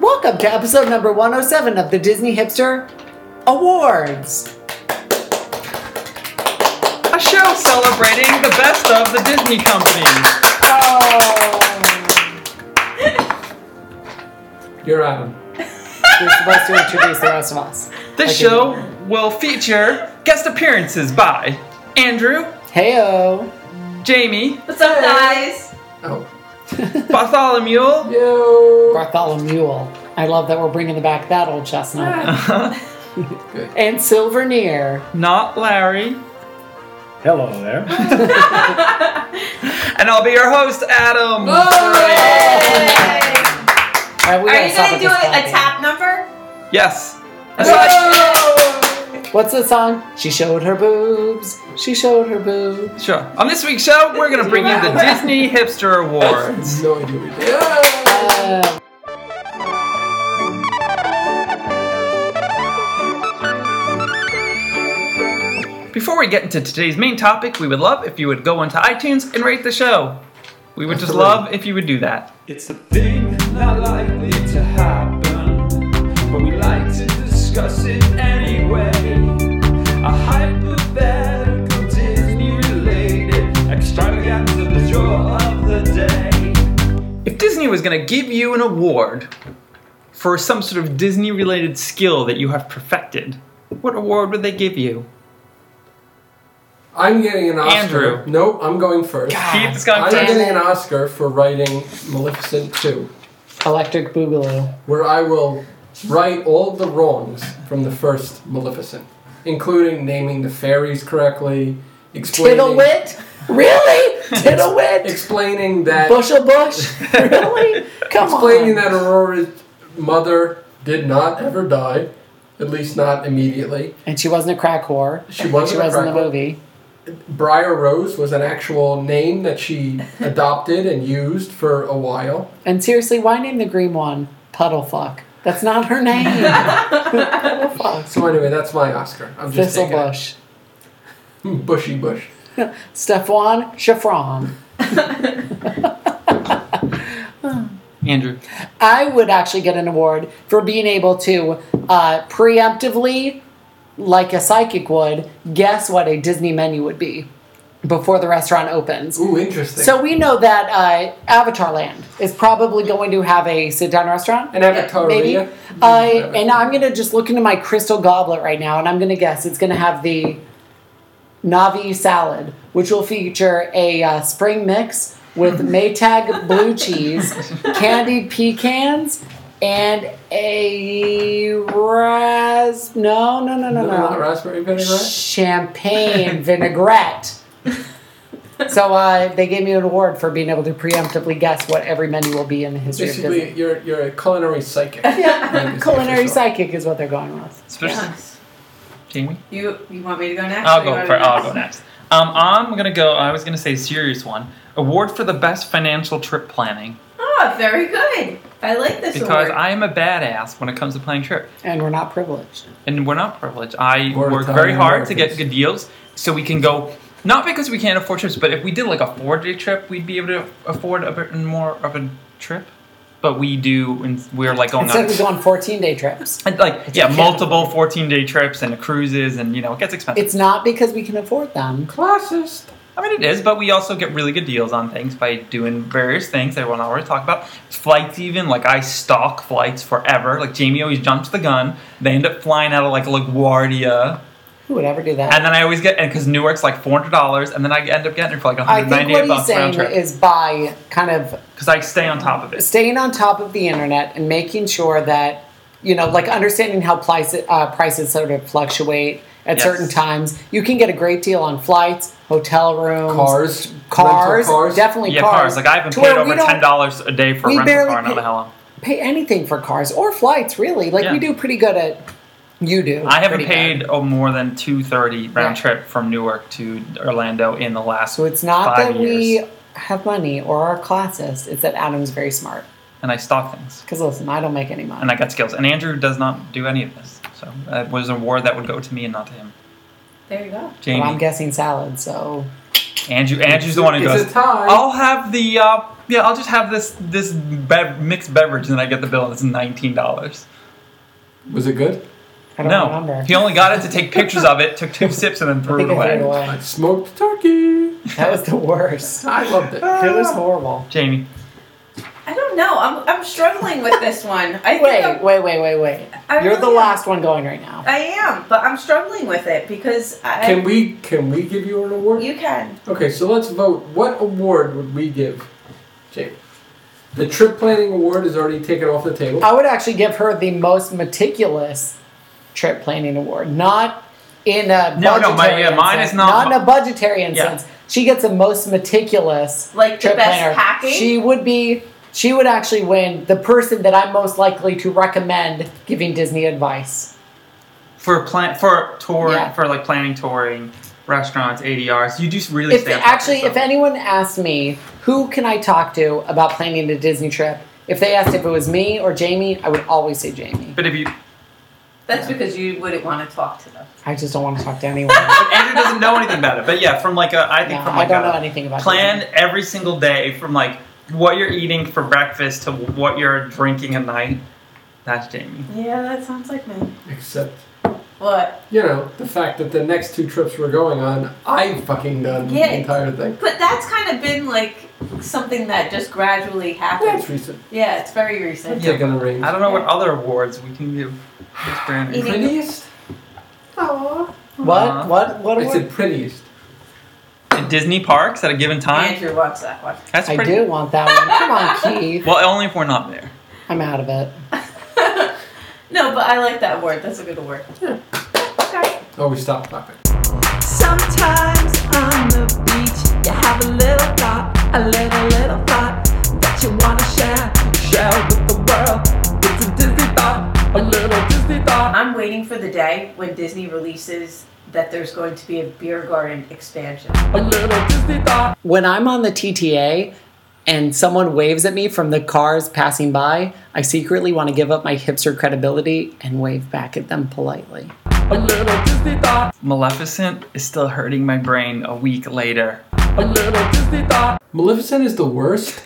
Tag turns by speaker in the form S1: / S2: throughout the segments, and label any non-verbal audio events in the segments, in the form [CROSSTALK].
S1: Welcome to episode number 107 of the Disney Hipster Awards.
S2: A show celebrating the best of the Disney company.
S1: Oh.
S2: You're Adam.
S1: You're supposed to introduce the rest of us.
S2: This
S1: Okay.
S2: show will feature guest appearances by Andrew,
S3: [LAUGHS]
S1: Heyo.
S2: Jamie,
S3: What's up, [LAUGHS] guys?
S1: Oh.
S2: Bartholomew, [LAUGHS]
S4: Yo!
S1: Bartholomew. I love that we're bringing back that old
S3: [SIGHS]
S1: chestnut.
S4: Good.
S1: and Silvernear.
S2: not Larry,
S5: Hello there.
S2: and I'll be your host, Adam.
S3: Oh. Are
S1: All right, we gotta
S3: you
S1: stop
S3: gonna
S1: with
S3: do a,
S1: this
S3: a
S1: podcast.
S3: tap number?
S2: Yes. A slash-
S3: Whoa!
S1: What's the song? She showed her boobs. She showed her boobs.
S2: Sure. On this week's show, we're going to bring you the Disney Hipster Awards.
S4: No idea what you're
S1: Uh,
S2: Before we get into today's main topic, we would love if you would go onto iTunes and rate the show. We would just love if you would do that.
S6: It's a thing not likely to happen, but we like to discuss it anyway. A hypothetical Disney related extravaganza, the jaw of the day.
S2: If Disney was going to give you an award for some sort of Disney related skill that you have perfected, what award would they give you?
S4: I'm getting an Oscar.
S2: Andrew.
S4: Nope, I'm going first.
S2: Keep this
S4: I'm
S2: contest.
S4: getting an Oscar for writing Maleficent 2,
S1: Electric Boogaloo.
S4: where I will right all the wrongs from the first Maleficent, including naming the fairies correctly, explaining,
S1: Tiddlewit?
S3: [LAUGHS]
S1: Really? Tiddlewit?
S4: explaining that
S1: Bushel Bush? Really? Come
S4: explaining
S1: on.
S4: that Aurora's mother did not ever die, at least not immediately.
S1: And she wasn't a crack whore.
S4: She wasn't
S1: She
S4: a
S1: was in the
S4: crackle.
S1: movie.
S4: Briar Rose was an actual name
S1: [LAUGHS]
S4: that she adopted and used for a while.
S1: And seriously, why name the green one Puddlefuck? That's not her name. Puddlefuck.
S4: So anyway, that's my Oscar. I'm just taking it. Hmm,
S1: Thistlebush.
S4: Bushy Bush.
S1: Stefan Chiffron.
S2: Andrew.
S1: I would actually get an award for being able to uh, preemptively, like a psychic would, guess what a Disney menu would be before the restaurant opens.
S4: Ooh, interesting.
S1: So we know that uh, Avatar Land is probably going to have a sit-down restaurant.
S4: an
S1: Maybe.
S4: Avataria.
S1: I and I'm gonna just look into my crystal goblet right now, and I'm gonna guess it's gonna have the Navi salad, which will feature a uh, spring mix
S4: [LAUGHS]
S1: with Maytag blue cheese, candied pecans, and a ras. No, no, no, no,
S4: Vanilla
S1: no.
S4: raspberry vinaigrette. [LAUGHS]
S1: Champagne vinaigrette. so uh, they gave me an award for being able to preemptively guess what every menu will be in the history of Disney.
S4: Basically, you're you're a
S1: [LAUGHS]
S4: culinary psychic.
S1: Um, Yeah,
S4: Is the
S1: culinary
S4: official.
S1: psychic is what they're going with.
S2: Especially Jamie.
S3: You you want me to go next?
S2: I'll
S3: or you
S2: go
S3: wanna
S2: for I'll go next. Um, I'm gonna go. I was gonna say serious one. Award for the best financial trip planning
S3: Oh, very good. I like this
S2: because
S3: award.
S2: I am a badass when it comes to planning trip,
S1: And we're not privileged.
S2: and we're not privileged. I
S4: We're
S2: work very hard to
S4: Italian-Americans.
S2: get good deals, so we can go. Not because we can't afford trips, but if we did like a four-day trip, we'd be able to afford a bit more of a trip. But we do, and we're like going
S1: Instead,
S2: on,
S1: we go on 14 day trips.
S2: and, like yeah,
S1: okay.
S2: multiple fourteen-day trips and cruises, and you know it gets expensive.
S1: It's not because we can afford them.
S4: Classist.
S2: I mean, it is, but we also get really good deals on things by doing various things that I want to already talk about. Flights, even like I stalk flights forever. Like Jamie always jumps the gun. They end up flying out of like LaGuardia,
S1: Who would ever do that?
S2: and then I always get and because Newark's like four hundred dollars, and then I end up getting it for like one
S1: I
S2: hundred
S1: think
S2: ninety
S1: what
S2: eight
S1: he's
S2: bucks round
S1: saying
S2: trip
S1: is by kind of
S2: because I stay on top of it.
S1: staying on top of the internet and making sure that, you know, like understanding how prices, uh, prices sort of fluctuate at
S2: Yes.
S1: certain times. You can get a great deal on flights, hotel rooms,
S4: Cars.
S1: cars,
S4: Rental cars.
S1: definitely
S2: Yeah,
S1: cars.
S2: cars. Like I haven't
S1: to
S2: paid
S1: where we
S2: over
S1: don't
S2: ten dollars a day for
S1: we
S2: a rental
S1: barely
S2: car. in I don't
S1: pay-
S2: know how long.
S1: Pay anything for cars or flights, really. Like
S2: Yeah.
S1: we do pretty good at. You do.
S2: I haven't
S1: pretty good.
S2: paid oh, more than two thirty round
S1: Yeah.
S2: trip from Newark to Orlando in the last.
S1: So it's not
S2: five
S1: that
S2: years.
S1: we have money or our classes. It's that Adam's very smart.
S2: and I stalk things.
S1: Because listen, I don't make any money.
S2: and I got skills. And Andrew does not do any of this, so uh, it was an award that would go to me and not to him.
S3: there you go.
S1: But
S2: Jamie,
S1: I'm guessing salad. So
S2: Andrew, Andrew's the one who
S4: It's a
S1: Oh.
S2: goes.
S4: tie.
S2: I'll have the uh, yeah, I'll just have this this bev- mixed beverage, and then I get the bill, and it's nineteen dollars.
S4: Was it good?
S1: I don't
S2: No,
S1: remember.
S2: he only got it to take pictures of it,
S1: [LAUGHS]
S2: took two sips, and then
S1: I
S2: threw it
S1: think I threw it
S2: away.
S1: away.
S4: I smoked turkey.
S1: That was the worst.
S4: I loved
S1: [LAUGHS]
S4: it.
S1: It was horrible.
S2: Jamie,
S3: I don't know. I'm, I'm struggling with this one. I think I'm-
S1: Wait, wait, wait, wait, wait.
S3: I
S1: You're the
S3: really am.
S1: last one going right now.
S3: I am, but I'm struggling with it because I.
S4: Can we can we give you an award?
S3: You can.
S4: Okay, so let's vote. What award would we give, Jake? The trip planning award is already taken off the table.
S1: I would actually give her the most meticulous trip planning award, not in a
S2: No,
S1: budgetary
S2: no, my- yeah, mine
S1: sense.
S2: is not-
S1: in a budgetary in
S2: Yeah.
S1: sense. She gets the most meticulous
S3: Like the
S1: trip
S3: best
S1: planner.
S3: packing?
S1: She would be. She would actually win the person that I'm most likely to recommend giving Disney advice.
S2: for plan for tour
S1: Yeah.
S2: for like planning touring restaurants ADRs, you do really
S1: If
S2: stay on top of
S1: actually,
S2: yourself.
S1: if anyone asked me who can I talk to about planning a Disney trip, if they asked if it was me or Jamie, I would always say Jamie.
S2: but if you
S3: That's because you wouldn't want to talk to them.
S1: I just don't want to talk to
S2: [LAUGHS]
S1: anyone.
S2: Andrew doesn't know anything about it, but yeah, from like a I think
S1: No,
S2: from
S1: I
S2: like
S1: don't
S2: a
S1: know anything about
S2: plan
S1: Disney.
S2: every single day from like what you're eating for breakfast to what you're drinking at night. That's Jamie.
S3: Yeah, that sounds like me.
S4: Except,
S3: What?
S4: you know, the fact that the next two trips we're going on, I fucking done
S3: Yeah.
S4: the entire thing.
S3: But that's kind of been like something that just gradually
S4: Yeah, it's
S3: happened.
S4: recent.
S3: Yeah, it's very
S4: I'm
S3: recent.
S2: Yeah,
S4: taking the reins.
S2: I don't know what other awards we can give this brand.
S3: Eating-
S4: Prettiest?
S1: What?
S2: Aw.
S1: What? What?
S4: I
S1: award?
S4: said prettiest.
S2: At Disney parks at a given time.
S3: Andrew wants that one. [LAUGHS]
S2: That's
S1: I
S2: pretty.
S1: do want that one. Come on, Keith.
S2: Well, only if we're not there.
S1: I'm out of it.
S3: No, but I like that word. That's a good word. Okay.
S4: Oh, we stopped clapping.
S7: Sometimes on the beach, you have a little thought, a little, little thought that you want to share, share with the world. It's a Disney thought, a little Disney thought.
S3: I'm waiting for the day when Disney releases that there's going to be a beer garden expansion.
S7: A little Disney thought.
S1: When I'm on the TTA and someone waves at me from the cars passing by, I secretly want to give up my hipster credibility and wave back at them politely.
S7: A little Disney thought.
S2: Maleficent is still hurting my brain a week later.
S7: A little Disney thought.
S4: Maleficent is the worst.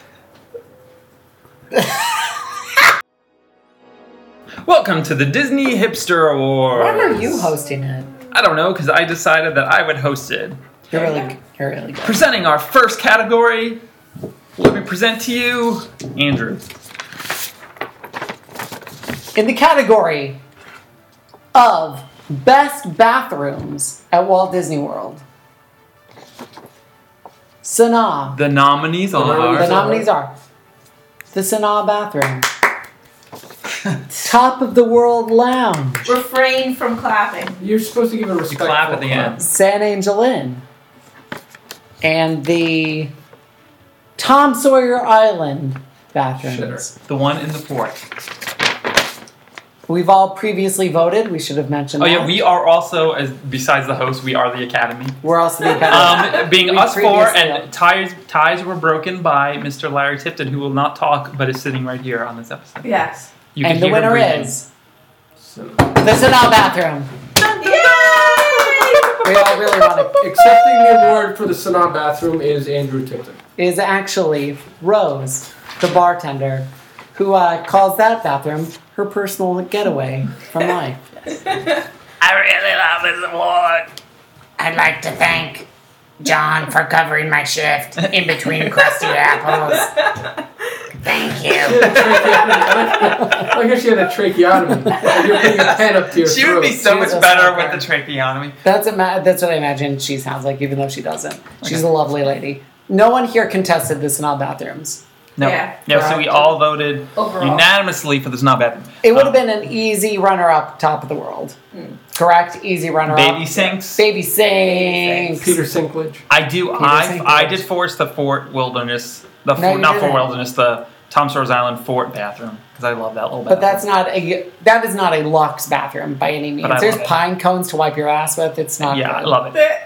S2: Welcome to the Disney Hipster Awards.
S1: When are you hosting it?
S2: I don't know because I decided that I would host it.
S1: You're really, you're really good.
S2: Presenting our first category, let me present to you Andrew.
S1: In the category of best bathrooms at Walt Disney World, Sanaa.
S2: The nominees
S4: nominees
S1: The
S2: are
S4: are-
S1: nominees are the Sanaa bathroom, Top of the World Lounge.
S3: Refrain from clapping.
S4: You're supposed to give a respectful
S2: clap at the end.
S1: San Angel Inn, and the Tom Sawyer Island bathrooms.
S2: the one in the fourth.
S1: We've all previously voted. We should have mentioned.
S2: Oh
S1: that.
S2: yeah, we are also as besides the host, we are the Academy.
S1: We're also the Academy.
S2: [LAUGHS] Um, being
S1: We
S2: us four
S1: previously-
S2: and ties ties were broken by Mr. Larry Tipton, who will not talk but is sitting right here on this episode.
S3: Yes.
S2: You can
S1: and the
S2: hear him
S1: winner
S2: breathing.
S1: is
S4: So,
S1: the Sanaa bathroom.
S3: Yay!
S1: We all really want to.
S4: accepting the award for the Sanaa bathroom is Andrew Tipton.
S1: Is actually Rose, the bartender, who uh, calls that bathroom her personal getaway from life.
S8: I really love this award. I'd like to thank John for covering my shift in between crusty apples. Thank you.
S4: I guess you had a tracheotomy. and You're putting a pen up to your
S2: She
S4: throat.
S2: would be so much
S1: Jesus
S2: better
S1: fucker.
S2: with the tracheotomy.
S1: That's ima- that's what I imagine she sounds like, even though she doesn't. She's a lovely lady. No one here contested the Sanaa bathrooms.
S2: No,
S3: Yeah.
S2: no. So we all voted
S3: Overall.
S2: unanimously for this not bad. Um,
S1: It would have been an easy runner-up, top of the world. Correct, easy runner-up.
S2: Hmm. baby sinks.
S1: baby sinks.
S4: Peter Sinklage.
S2: I do.
S1: Peter
S2: I
S1: Saint
S2: I
S1: George.
S2: did force the Fort Wilderness, the
S1: No,
S2: Fort,
S1: you
S2: not Fort
S1: didn't.
S2: Wilderness, the Tom Sawyer's Island Fort bathroom because I love that little.
S1: But that's
S2: bathroom.
S1: not a that is not a luxe bathroom by any means.
S2: But I
S1: There's
S2: love it.
S1: pine cones to wipe your ass with. It's not.
S2: yeah, I
S1: good.
S2: love it.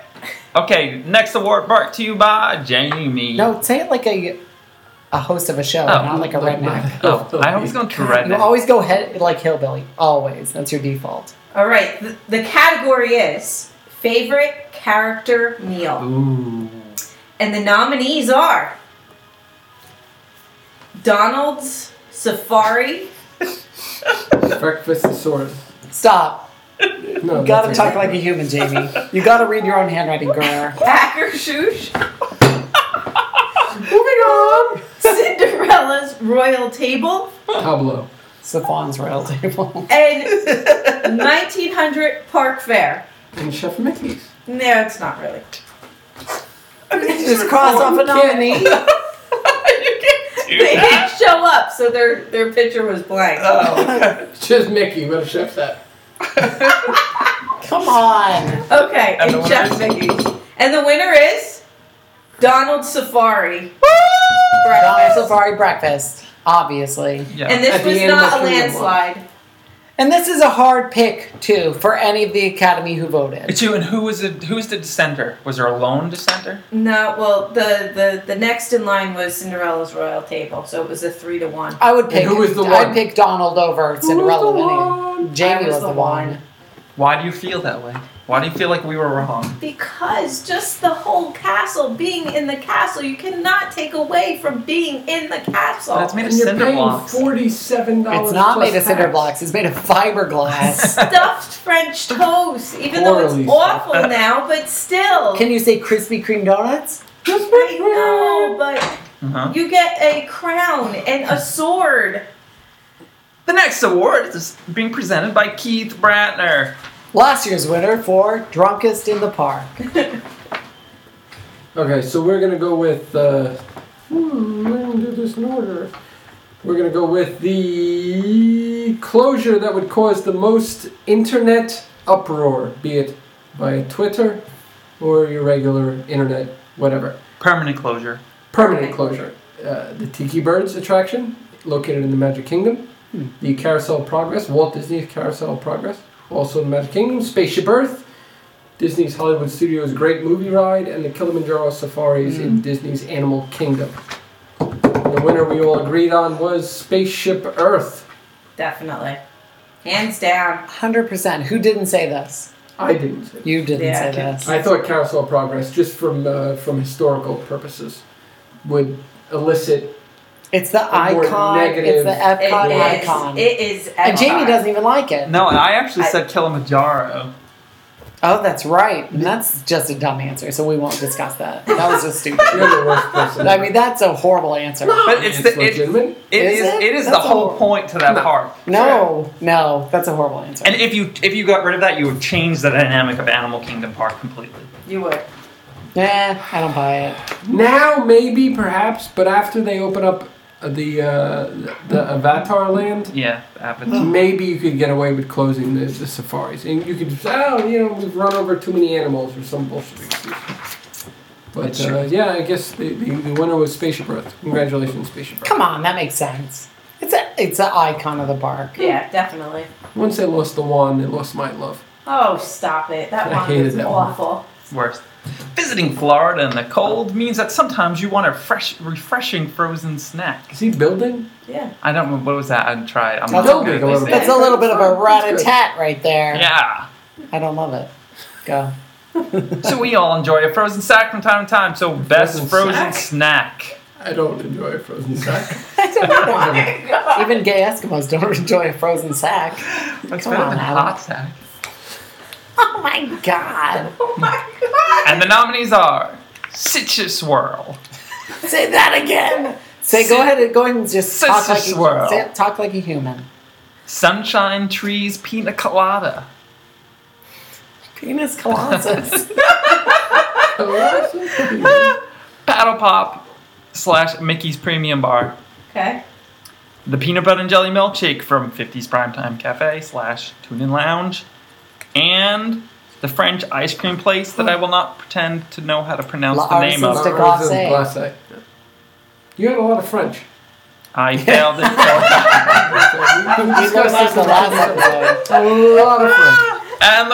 S2: Okay, next award brought to you by Jamie.
S1: No, say it like a a host of a show, not like a redneck.
S2: Oh, I always go to red.
S1: You always go head like hillbilly. Always, that's your default.
S3: All right. The, the category is favorite character meal,
S2: Ooh.
S3: and the nominees are Donald's Safari.
S4: Breakfastosaurus.
S1: Stop.
S4: No,
S1: You gotta
S4: that's
S1: talk
S4: okay.
S1: like a human, Jamie. You gotta read your own handwriting, girl.
S3: Packer [LAUGHS] Shoosh.
S1: Moving on.
S3: Cinderella's Royal Table.
S4: Tableau.
S1: Safan's royal table.
S3: And 1900 Park Fair.
S4: And Chef Mickey's.
S3: No, it's not really.
S1: [LAUGHS] Just cross off a
S3: [LAUGHS]
S1: nominee.
S3: They didn't show up, so their their picture was blank.
S4: It's just Mickey, but a chef's hat.
S1: Come on.
S3: [LAUGHS] Okay,
S2: And
S3: and,
S2: the
S3: Jeff Mickey. And the winner is Donald Safari.
S1: Donald
S3: Breakfast.
S1: Safari breakfast, obviously.
S2: Yeah.
S3: And
S4: At
S3: this
S4: the
S3: was
S4: end of
S3: not a
S4: the three-to-one.
S3: landslide.
S1: And this is a hard pick too for any of the Academy who voted.
S2: It's you, and who was it? Who was the dissenter? Was there a lone dissenter?
S3: No, well, the, the the next in line was Cinderella's royal table, so it was a three to one.
S1: I would pick.
S4: who was the
S1: I'd
S4: one?
S1: pick Donald over Cinderella
S4: one?
S1: winning. Jamie
S3: I
S1: was, the one.
S2: Why do you feel that way? Why do you feel like we were wrong?
S3: Because just the whole castle, being in the castle, you cannot take away from being in the castle.
S2: But it's made of
S4: And you're
S2: cinder
S4: paying
S2: blocks.
S4: forty-seven dollars.
S1: It's not made of cinder blocks. It's made
S4: [LAUGHS]
S1: of fiberglass.
S3: Stuffed French toast, even though
S4: Orally
S3: it's
S4: stuffed.
S3: awful now, but still.
S1: Can you say Krispy Kreme donuts?
S3: I know, but
S2: Uh-huh.
S3: you get a crown and a sword.
S2: The next award is being presented by Keith Bratner.
S1: Last year's winner for drunkest in the park.
S4: Okay, so we're gonna go with. Uh, hmm, I didn't do this in order. We're gonna go with the closure that would cause the most internet uproar, be it by Twitter or your regular internet, whatever.
S2: Permanent closure.
S4: Permanent
S3: Okay.
S4: closure. Uh, the Tiki Birds attraction, located in the Magic Kingdom. The Carousel of Progress, Walt Disney's Carousel of Progress, also in the Magic Kingdom. Spaceship Earth, Disney's Hollywood Studios Great Movie Ride, and the Kilimanjaro Safaris in Disney's Animal Kingdom. The winner we all agreed on was Spaceship Earth.
S3: Definitely. Hands down.
S1: 100%. Who didn't say this?
S4: I didn't say
S1: You didn't
S3: Yeah, I
S1: say
S3: can't-
S1: this.
S4: I thought Carousel of Progress, just from uh, from historical purposes, would elicit.
S1: It's the
S4: word
S1: icon. It's
S4: negative.
S1: the
S3: It
S1: Epcot
S3: is.
S1: icon.
S3: It is.
S1: and Jamie
S3: Avatar.
S1: doesn't even like it.
S2: No, I actually
S3: I-
S2: said Kilimanjaro.
S1: Oh, that's right. And that's just a dumb answer, so we won't discuss that. That was just stupid.
S4: You're the worst
S1: [LAUGHS]
S4: person.
S1: I mean, that's a horrible answer.
S2: But it's,
S4: It's
S2: the it,
S4: legitimate.
S2: it
S1: Is
S2: is,
S1: it?
S2: it is the
S1: That's
S2: whole
S1: horrible.
S2: point to that
S4: No.
S2: park.
S1: No, no, that's a horrible answer.
S2: And if you if you got rid of that, you would change the dynamic of Animal Kingdom Park completely.
S3: You would.
S1: Nah, Eh, I don't buy it.
S4: Now, maybe, perhaps, but after they open up the uh, the Avatar land,
S2: Yeah, happens.
S4: maybe you could get away with closing the, the safaris, and you could just, oh, you know, we've run over too many animals or some bullshit. excuse. But
S2: That's true.
S4: uh, yeah, I guess the, the, the winner was Spaceship Earth. Congratulations, Spaceship Earth.
S1: Come on, that makes sense. It's a, it's an icon of the park.
S3: Yeah, definitely.
S4: Once they lost the wand, they lost my love.
S3: Oh, stop it. That
S4: I
S3: one
S4: hated
S3: was
S4: that one.
S3: awful.
S2: Worst. Visiting Florida in the cold means that sometimes you want a fresh, refreshing frozen snack.
S4: Is he building?
S3: Yeah.
S2: I don't know what was that. I tried. I'm
S1: That's
S2: not
S4: okay,
S2: good
S4: go
S2: at
S4: over
S2: these
S4: there.
S1: That's
S2: things.
S1: a little bit of a rat a
S4: That's good.
S1: tat right there.
S2: Yeah.
S1: I don't love it. [LAUGHS] Go.
S2: So we all enjoy a frozen snack from time to time. So best
S4: Frozen
S2: frozen snack.
S4: I don't enjoy frozen snack.
S2: [LAUGHS]
S4: [LAUGHS]
S1: I don't know. Even gay Eskimos don't enjoy a frozen sack.
S2: That's
S1: Come
S2: better
S1: on,
S2: than
S1: Adam.
S2: hot sack.
S1: Oh my god.
S2: And the nominees are Citrus Swirl,
S1: Say that again. Say go ahead and go ahead and just
S2: Sis-
S1: talk like
S2: sis-
S1: a,
S2: swirl.
S1: say- talk like a human.
S2: Sunshine Trees Pina Colada,
S1: Penis [LAUGHS] colossus.
S2: Paddle Pop slash Mickey's Premium Bar,
S3: Okay.
S2: the Peanut Butter and Jelly Milkshake from 50s Primetime Cafe slash Tune In Lounge, and the French ice cream place that I will not pretend to know how to pronounce
S1: La
S2: the name
S1: Arsis
S2: of.
S1: de Glacé.
S4: Glacé. You had a lot of French.
S2: I failed
S1: [LAUGHS]
S2: it.
S1: we learned that in the last episode.
S4: A lot of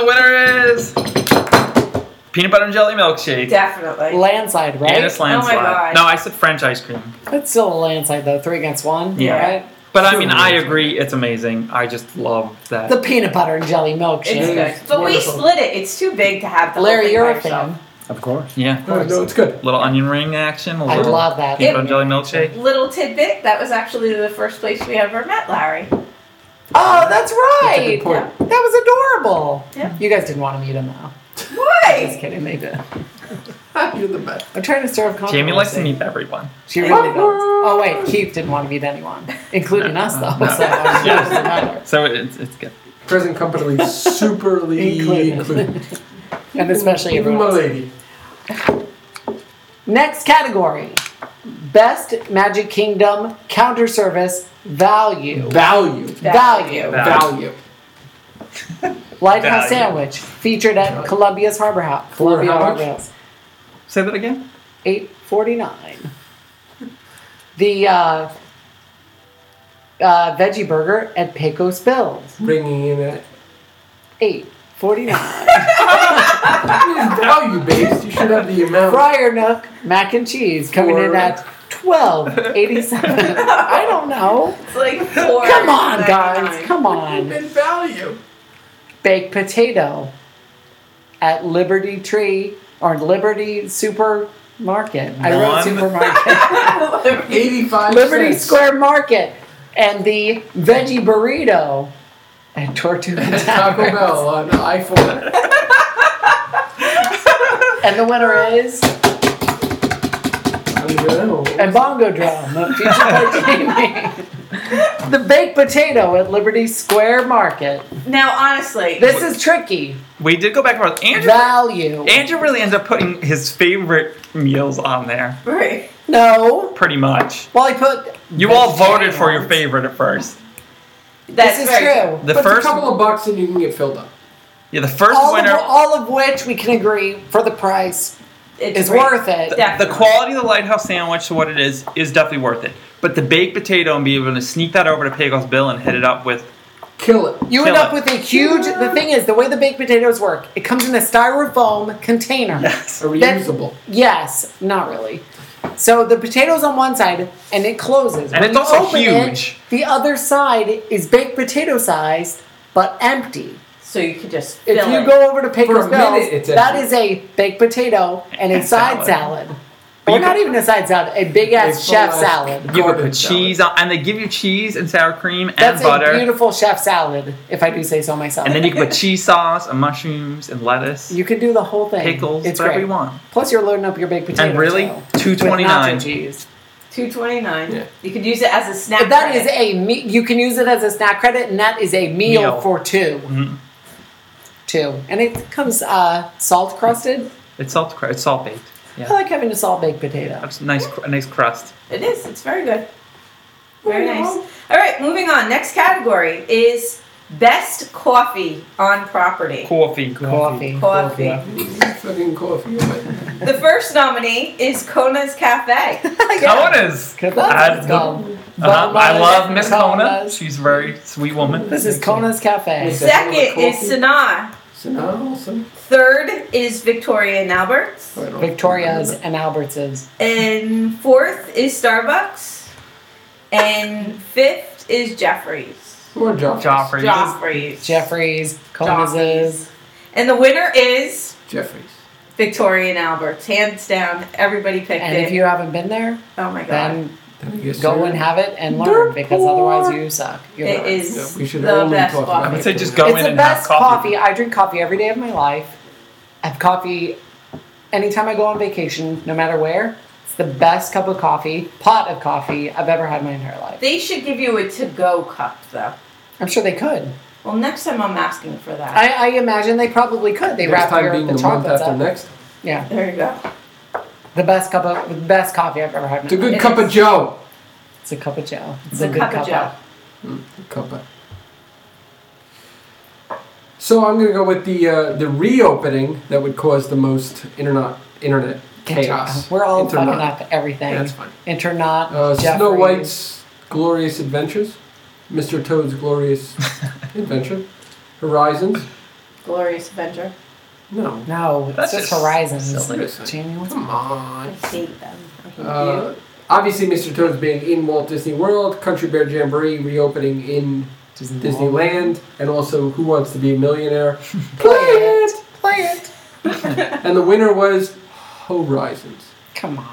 S4: French.
S2: and the winner is Peanut Butter and Jelly Milkshake.
S3: Definitely.
S1: [LAUGHS] Landslide, right?
S2: And it's landslide.
S3: God.
S2: No, I said French ice cream.
S1: That's still a landslide though. Three against one.
S2: Yeah.
S1: Right?
S2: But I mean, I agree. It's amazing. I just love that.
S1: The peanut butter and jelly
S3: It's
S1: milkshake.
S3: good. But we
S4: wonderful.
S3: split it. It's too big to have the whole
S1: Larry,
S3: thing
S1: you're
S3: by
S1: a
S3: yourself.
S1: fan.
S5: Of course.
S2: Yeah.
S4: Oh, [LAUGHS] no, it's good.
S2: Little onion ring action. A
S1: I
S2: little
S1: love that.
S2: peanut butter jelly milkshake.
S3: Little tidbit, that was actually the first place we ever met Larry.
S1: Oh, that's
S4: That's a
S1: right.
S4: good point.
S1: That was adorable.
S3: Yeah.
S1: You guys didn't want to meet him though. Just
S3: Why?
S1: kidding, they did.
S4: You're the best.
S1: I'm trying to stir up controversy.
S2: Jamie likes to meet everyone.
S1: She really does. Oh wait, Keith didn't want to meet anyone, including us though. [LAUGHS]
S2: No.
S1: So I mean, it
S2: [LAUGHS]
S1: doesn't matter.
S2: So it's, it's good.
S4: Present company [LAUGHS] superly
S1: Included.
S4: included.
S1: and especially
S4: Even my
S1: everyone. else.
S4: lady.
S1: Next category: Best Magic Kingdom Counter Service Value.
S4: Value.
S1: Value.
S2: Value.
S4: Value.
S1: Lighthouse
S2: Value.
S1: Sandwich featured at Columbia's Harbor House.
S4: For
S1: Columbia
S4: how
S1: Harbor
S4: much?
S1: House.
S2: Say that again.
S1: eight forty nine. The uh, uh, veggie burger at Pecos Bills
S4: Bringing in that
S1: eight forty nine.
S4: It's value based. You should have the amount.
S1: Friar Nook mac and cheese coming in
S4: Four.
S1: at twelve eighty seven. I don't know.
S3: It's
S1: [LAUGHS]
S3: like four.
S1: Come on, guys.
S3: ninety-nine.
S1: Come on.
S4: And value.
S1: Baked potato at Liberty Tree or Liberty Supermarket. I
S2: One.
S1: wrote supermarket.
S4: Eighty-five.
S1: Liberty
S4: cents.
S1: Square Market and the veggie burrito at Tortuga
S4: [LAUGHS] Taco
S1: Tavern.
S4: Bell on I four.
S1: And the winner is
S4: I don't know.
S1: a bongo drum, a feature by Jamie. The baked potato at Liberty Square Market.
S3: Now, honestly, [LAUGHS]
S1: This is tricky.
S2: We did go back and forth. Andrew,
S1: Value.
S2: Andrew really ends up putting his favorite meals on there,
S3: Right.
S1: No.
S2: pretty much.
S1: Well, I put.
S2: You all voted for your favorite at first.
S3: That's
S1: this is
S3: very-
S1: true.
S2: The
S4: But it's
S2: first,
S4: a couple of bucks and you can get filled up.
S2: yeah, the first
S1: all, of,
S2: winner.
S1: all of which we can agree for the price
S3: It's
S1: is
S3: great.
S1: worth it.
S3: Yeah.
S2: the quality of the lighthouse sandwich to what it is is definitely worth it. But the baked potato and be able to sneak that over to Pecos Bill and hit it up with
S4: Kill it.
S1: You
S2: Kill
S1: end up
S2: it.
S1: with a huge. The thing is, the way the baked potatoes work, it comes in a styrofoam container.
S4: A reusable.
S1: Yes, not really. So the potatoes on one side, and it closes.
S2: And
S1: When
S2: it's
S1: you
S2: also
S1: open it,
S2: huge.
S1: the other side is baked potato sized, but empty.
S3: So you could just fill
S1: If you
S3: it.
S1: go over to Pecos
S4: For a minute,
S1: Bills,
S4: it's
S1: that
S4: empty.
S1: is a baked potato and a
S2: [LAUGHS] And
S1: side salad.
S2: salad.
S1: [LAUGHS] Or
S2: you
S1: not
S2: could-
S1: even a side salad, a big ass
S4: A
S1: chef
S4: full-ass-
S1: salad.
S2: you could put
S4: Garbage salad.
S2: cheese on, and they give you cheese and sour cream and
S1: That's
S2: butter,
S1: a beautiful chef salad, if I do say so myself.
S2: and then you can
S1: [LAUGHS]
S2: put cheese sauce and mushrooms and lettuce,
S1: You can do the whole thing.
S2: pickles,
S1: it's
S2: whatever
S1: great.
S2: you want.
S1: Plus, you're loading up your baked potato.
S2: And really,
S1: too,
S2: two
S1: with
S2: twenty
S1: nacho
S2: nine.
S1: cheese.
S3: Two twenty nine.
S4: Yeah.
S3: You could use it as a snack.
S1: But that is
S3: credit.
S1: a me- you can use it as a snack credit, and that is a meal,
S2: Meal.
S1: for 2
S2: Mm-hmm.
S1: Two, and it comes uh, salt crusted.
S2: It's salt, cr- it's salt baked.
S1: I
S2: Yeah,
S1: like having a salt baked potato.
S2: that's nice, cr- a nice crust.
S3: It is. It's very good. Very nice. All right, moving on. Next category is best coffee on property.
S2: Coffee,
S1: Coffee.
S3: Coffee.
S4: Fucking coffee. But
S3: The first nominee is Kona's Cafe.
S2: Kona's.
S1: That's what it's
S2: I-
S1: called.
S2: Uh-huh, I
S1: Bombas,
S2: love Miss Kona.
S1: Bombas.
S2: She's a very sweet woman.
S1: This is Kona's Cafe.
S4: that
S3: Second
S4: what
S3: is
S4: coffee?
S3: Sanaa.
S4: so now awesome.
S3: Third is Victoria and Alberts.
S4: I don't
S1: Victoria's
S4: remember.
S1: and Albertsons.
S3: And fourth is Starbucks. And fifth is Jeffrey's.
S4: More job.
S2: Joffrey.
S3: Joffrey's.
S1: Jeffrey's, Kona's.
S3: And the winner is
S4: Jeffries.
S3: Victoria and Alberts. Hands down, everybody picked
S1: And
S3: it.
S1: if you haven't been there,
S3: oh my god.
S1: then
S4: Then I guess
S1: go
S4: so.
S1: and have it and learn because otherwise you suck. You're
S3: It
S1: not.
S3: is
S4: Yeah, we should
S3: the
S4: only
S3: best
S4: talk
S2: I
S4: about
S3: coffee.
S2: would say just go
S1: it's
S2: in
S1: the
S2: and
S1: best
S2: have coffee.
S1: I drink coffee every day of my life. I have coffee anytime I go on vacation, no matter where. It's the best cup of coffee, pot of coffee I've ever had my entire life.
S3: They should give you a to-go cup, though.
S1: I'm sure they could.
S3: Well, next time I'm asking for that.
S1: I, I imagine they probably could. They
S4: Next
S1: wrap
S4: time
S1: your,
S4: being
S1: the
S4: the month
S1: chocolates
S4: after
S1: up.
S4: next.
S1: Yeah,
S3: there you go.
S1: the best cup of the best coffee I've ever had. in
S4: It's a
S1: my
S4: good
S1: life.
S4: cup of Joe.
S1: It's a cup of Joe. It's,
S3: a cup of Joe.
S4: Cup of. So I'm gonna go with the uh, the reopening that would cause the most internet internet chaos.
S1: We're all
S4: Internet.
S1: fucking up everything.
S4: Yeah, that's fine.
S1: Internet.
S4: Uh, Snow
S1: Jeffrey's.
S4: White's Glorious Adventures, Mr.
S2: [LAUGHS]
S4: Toad's Glorious Adventure, Horizons.
S3: Glorious Avenger.
S4: No,
S1: No, it's
S2: That's
S1: just,
S2: just
S1: Horizons.
S2: silly.
S1: Jamie, what's
S4: come
S3: I
S4: on.
S3: hate them. I hate
S4: Uh, obviously, Mr. Toad's being in Walt Disney World, Country Bear Jamboree reopening in
S1: Disney World. [LAUGHS]
S4: Disneyland, and also Who Wants to Be a Millionaire?
S1: Play it. Play it. [LAUGHS]
S4: and the winner was Horizons.
S1: Come on.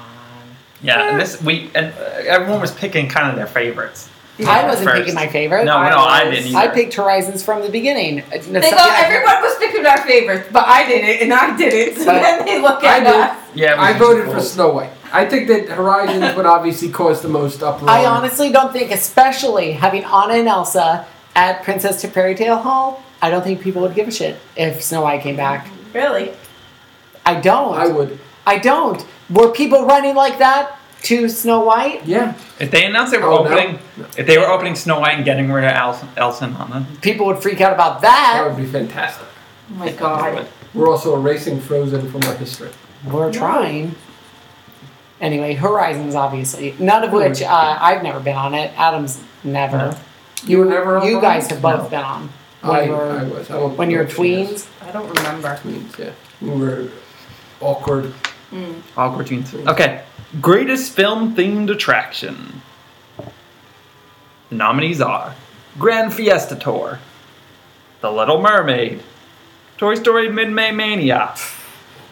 S2: Yeah, and this we and uh, everyone was picking kind of their favorites.
S1: I wasn't
S2: First.
S1: picking my favorite.
S2: No,
S1: I,
S2: no, I
S3: was-
S2: didn't. Either.
S1: I picked Horizons from the beginning. They
S3: They go, everyone was picking our favorites, but I didn't, and I didn't. So
S1: But
S3: then they look
S4: I
S3: at
S4: did.
S3: us.
S2: Yeah, it was
S4: I voted for
S2: difficult.
S4: Snow White. I think that Horizons would obviously cause the most uproar.
S1: I honestly don't think, especially having Anna and Elsa at Princess to Fairy Tale Hall, I don't think people would give a shit if Snow White came back.
S3: Really? Oh
S1: I don't.
S4: I would.
S1: I don't. Were people running like that to Snow White?
S4: Yeah.
S2: If they announced they were
S4: Oh, no.
S2: opening, if they were opening Snow White and getting rid of Elsa, Elsa and Anna,
S1: People would freak out about
S4: That
S1: that.
S4: would be fantastic.
S3: Oh my
S2: they
S3: god.
S2: would.
S4: We're also erasing Frozen from our history.
S1: We're trying. Anyway, Horizons, obviously. None of which uh, I've never been on it. Adam's never.
S2: No.
S4: You were never on
S1: You
S4: one?
S1: guys have both
S2: No.
S1: been on. When
S4: I,
S1: you were,
S4: I was. I don't
S1: when
S4: know
S1: you were
S4: what she is.
S1: tweens.
S3: I don't remember.
S4: Tweens, yeah. We were awkward.
S2: awkward jeans. Okay, greatest film themed attraction. The nominees are Grand Fiesta Tour, The Little Mermaid, Toy Story Mid May Mania,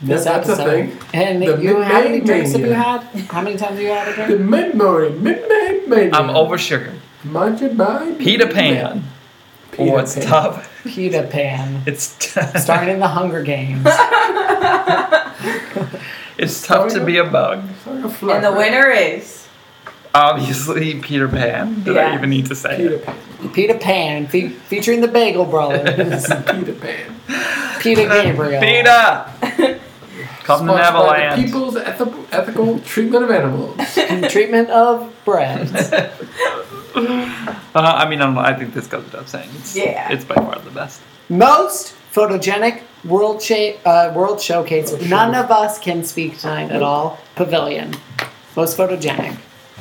S1: This
S4: that's a
S1: episode.
S4: thing.
S1: And
S4: The
S1: you, how many
S4: mid-May
S1: drinks have you
S4: mania.
S1: had? How many times have you had a
S4: The [LAUGHS]
S1: drink?
S4: memory, midnight mania.
S2: I'm over sugar,
S4: Minded by
S2: Peter Pan.
S4: Peter
S2: oh, it's
S4: Pan.
S2: tough.
S1: Peter Pan.
S2: It's
S1: Starting in the Hunger
S4: [LAUGHS]
S1: Games.
S2: [LAUGHS] it's tough to be a bug.
S4: Sorry, I'm flat,
S3: And the
S4: right?
S3: winner is.
S2: Obviously, Peter Pan. Did I
S3: Yeah.
S2: even need to say
S4: Peter
S2: it?
S4: Pan.
S1: Peter Pan fe- featuring the Bagel
S4: [LAUGHS]
S1: Brothers.
S2: [LAUGHS]
S4: Peter Pan.
S1: Peter Gabriel.
S2: Peter! Come to
S4: Sponsored by the
S2: Neverland.
S4: People's Ethi- Ethical Treatment of Animals.
S1: And treatment of bread.
S4: [LAUGHS]
S2: Uh, I mean, I, don't know, I think this goes without saying. It's,
S3: Yeah.
S2: It's by far the best.
S1: Most photogenic world cha- uh, world showcase. None of us can speak tonight at all. Pavilion. Most photogenic.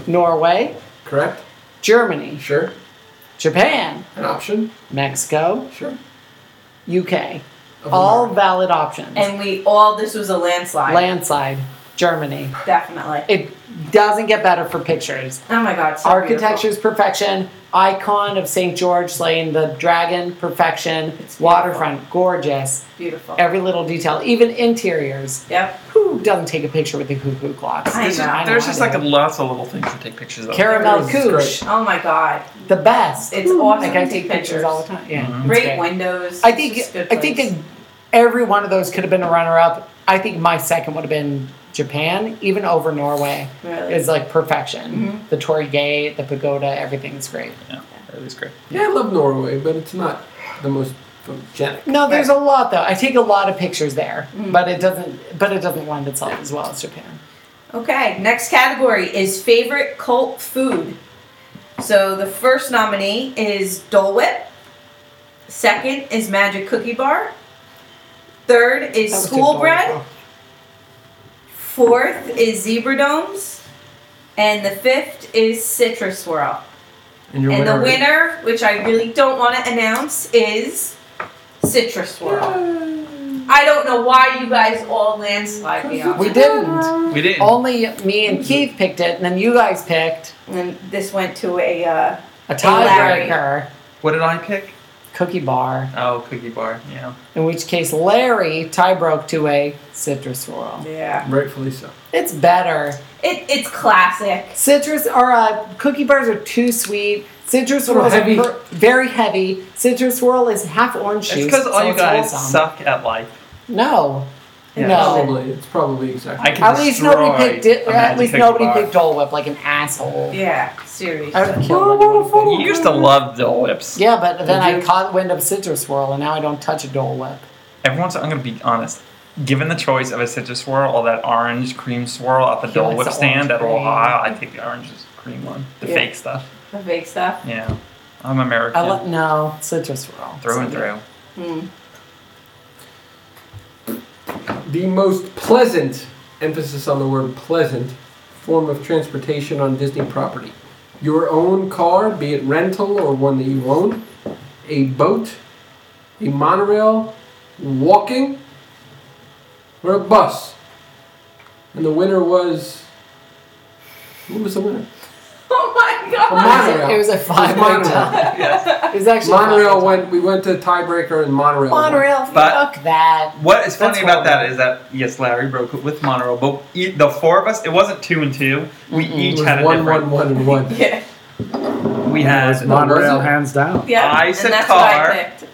S1: Norway,
S4: Correct?
S1: Germany,
S4: Sure.
S1: Japan,
S4: An option?
S1: Mexico,
S4: Sure.
S1: UK.
S4: Of
S1: All
S4: America.
S1: valid options.
S3: And we all, this was a landslide.
S1: Landslide, Germany.
S3: Definitely.
S1: It doesn't get better for pictures.
S3: Oh my god. So
S1: Architecture's perfection, icon of St. George slaying the dragon, perfection,
S3: It's
S1: waterfront, gorgeous,
S3: Beautiful. Beautiful.
S1: every little detail, even interiors.
S3: yep.
S1: Who doesn't take a picture with the cuckoo clocks?
S3: I
S2: There's
S3: know.
S2: just, there's just
S1: I
S2: like
S1: know.
S2: lots of little things to take pictures of.
S1: Caramel
S4: This is
S1: couche,
S3: Oh my god.
S1: the best.
S3: It's
S1: Ooh,
S3: awesome
S1: Like I
S3: to
S1: take
S3: take
S1: pictures
S3: pictures. Mm-hmm.
S1: all the time. Yeah, it's
S3: Great
S1: great.
S3: windows.
S1: I
S3: It's
S1: think
S3: just a good
S1: I think
S3: place.
S1: that every one of those could have been a runner-up. I think my second would have been Japan, even over Norway.
S3: Really?
S1: Is like perfection. The Torii Gate, the pagoda, everything's great.
S2: Yeah, it was great.
S4: Yeah, I love Norway, but it's not the most photogenic.
S1: No, there's a lot though. I take a lot of pictures there, but it doesn't. But it doesn't lend itself as well as Japan.
S3: Okay, next category is favorite cult food. So the first nominee is Dole Whip. Second is Magic Cookie Bar. Third is
S1: That was
S3: School
S1: good.
S3: Bread. Fourth is Zebra Domes. And the fifth is Citrus Swirl.
S4: And your
S3: And
S4: winner
S3: the winner, which I really don't want to announce, is Citrus Swirl. I don't know why you guys all landslide me
S1: [LAUGHS]
S3: on.
S1: We
S3: that.
S1: didn't.
S2: We didn't.
S1: Only me and Keith picked it, and then you guys picked
S3: And this went to a uh,
S1: a
S3: Larry.
S1: tiebreaker
S2: what did I pick?
S1: cookie bar.
S2: Oh, Cookie Bar. Yeah.
S1: In which case, Larry tie broke to a citrus swirl.
S3: yeah.
S4: Rightfully so.
S1: It's better.
S3: It, it's classic.
S1: Citrus or uh, cookie bars are too sweet. Citrus
S4: Little
S1: swirl is
S4: heavy.
S1: ver- very heavy. Citrus swirl is half orange juice.
S2: It's because all
S1: so
S2: you
S1: it's
S2: guys
S1: wholesome.
S2: suck at life.
S1: No,
S2: Yeah.
S1: no.
S4: Probably. It's probably exactly.
S2: I can
S1: At least nobody
S2: destroy
S1: picked it.
S2: a
S1: At
S2: Magic
S1: least
S2: Cookie
S1: nobody
S2: Bar.
S1: picked Dole Whip like an asshole.
S3: Yeah, seriously.
S1: I would have killed everyone.
S2: You used to love Dole Whips.
S1: Yeah, but then I
S4: Did you?
S1: caught wind of Citrus Swirl, and now I don't touch a Dole Whip.
S2: Every once, I'm gonna be honest. Given the choice of a citrus swirl or that orange cream swirl at the
S1: He
S2: Dole
S1: likes
S2: Whip
S1: the
S2: stand
S1: orange
S2: at Little
S1: cream.
S2: Isle, I take the orange cream one, the
S3: Yeah.
S2: fake stuff.
S3: the fake stuff. [LAUGHS]
S2: Yeah, I'm American
S1: I let no Citrus Swirl
S2: through and through.
S4: the most pleasant, emphasis on the word pleasant, form of transportation on Disney property. Your own car, be it rental or one that you own, a boat, a monorail, walking, or a bus. And the winner was. Who was the winner?
S3: Oh my
S4: A
S3: god! Oh
S4: monorail.
S1: It was a
S4: It was
S1: five-way
S4: monorail.
S1: tie. [LAUGHS]
S2: yes.
S1: It's actually
S4: Monorail went. We went to tiebreaker and monorail. won.
S1: Monorail.
S2: But-
S1: fuck that.
S2: What is funny
S1: That's
S2: about
S1: horrible.
S2: that is that yes, Larry broke it with Monorail, but e- the four of us, it wasn't two and two. We
S4: It
S2: each
S4: was
S2: had a
S4: one,
S2: different.
S4: one, one, and one.
S3: [LAUGHS] [LAUGHS] Yeah.
S2: We had
S5: Monorail
S4: wasn't-
S5: hands down.
S3: Yeah.
S2: I
S3: and
S2: said
S3: that's
S2: car.
S3: What I picked.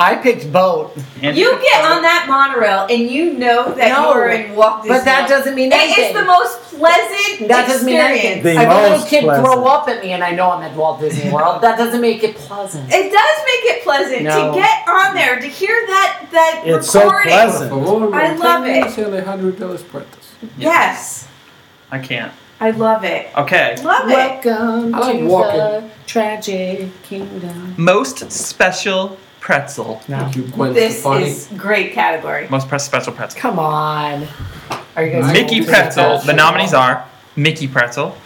S1: I picked boat.
S2: and-
S3: You get on that monorail and you know that
S1: No,
S3: you're in Walt Disney.
S1: But that doesn't mean
S3: It
S1: anything.
S3: is the most pleasant
S1: that doesn't mean anything.
S3: experience.
S5: The
S1: I had a little
S5: most
S1: kid
S5: pleasant.
S1: throw up at me and I know I'm at Walt Disney World. That doesn't make it pleasant.
S3: It does make it pleasant
S1: No.
S3: to get on there to hear that that
S5: It's so
S3: recording.
S5: pleasant.
S3: I love it.
S4: Alejandro de los Puertos.
S3: Yes,
S2: I can't.
S3: I love it.
S2: Okay.
S3: Love it.
S1: Welcome
S4: I like
S1: to
S4: walking.
S1: the tragic kingdom.
S2: Most special pretzel.
S1: No.
S4: Thank you, Gwen
S3: This
S4: Stefani.
S3: is great category.
S2: Most pre- special pretzel.
S1: Come on. Are you guys
S2: Mickey
S4: Pretzel.
S2: pretzel. The nominees are Mickey pretzel,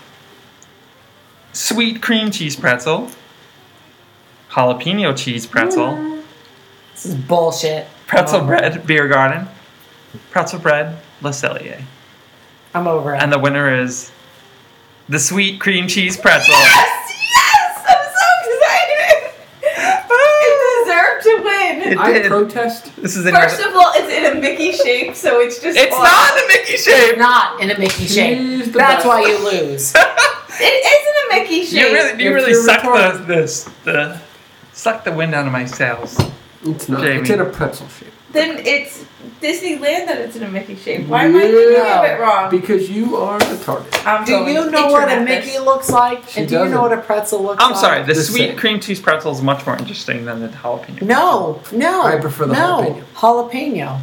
S2: sweet cream cheese pretzel, jalapeno cheese pretzel,
S1: This is bullshit.
S2: pretzel
S1: I'm over it.
S2: bread beer garden, pretzel bread Le Cellier.
S1: I'm over it.
S2: And the winner is the sweet cream cheese pretzel.
S3: Yes, yes, I'm so excited. it deserved to win.
S2: It
S4: I
S2: did.
S4: protest.
S2: This is in
S3: First of all, it's in a Mickey shape, so it's
S2: [LAUGHS]
S3: just.
S2: It's
S3: off.
S2: not the Mickey shape. [LAUGHS]
S8: [LAUGHS]
S1: Not in a Mickey shape.
S4: He's the
S1: That's
S4: best.
S1: why you [LAUGHS] lose.
S3: It is in a Mickey shape.
S2: You really, you
S4: If
S2: really
S4: you're
S2: suck the,
S4: retarded.
S2: this, the, suck the wind out of my sails.
S4: It's not.
S2: Jamie.
S4: It's in a pretzel shape.
S3: Then it's Disneyland that it's in a Mickey shape. Why am I thinking of it wrong?
S4: Because you are the target.
S3: I'm
S1: Do
S3: going
S1: you know what a
S3: internet
S1: Mickey
S3: this.
S1: looks like?
S4: She
S1: and do you
S4: doesn't.
S1: know what a pretzel looks
S2: I'm
S1: like?
S2: sorry, the
S4: The
S2: sweet
S4: same.
S2: cream cheese pretzel is much more interesting than the jalapeno.
S1: No, no.
S4: I prefer the
S1: no. jalapeno.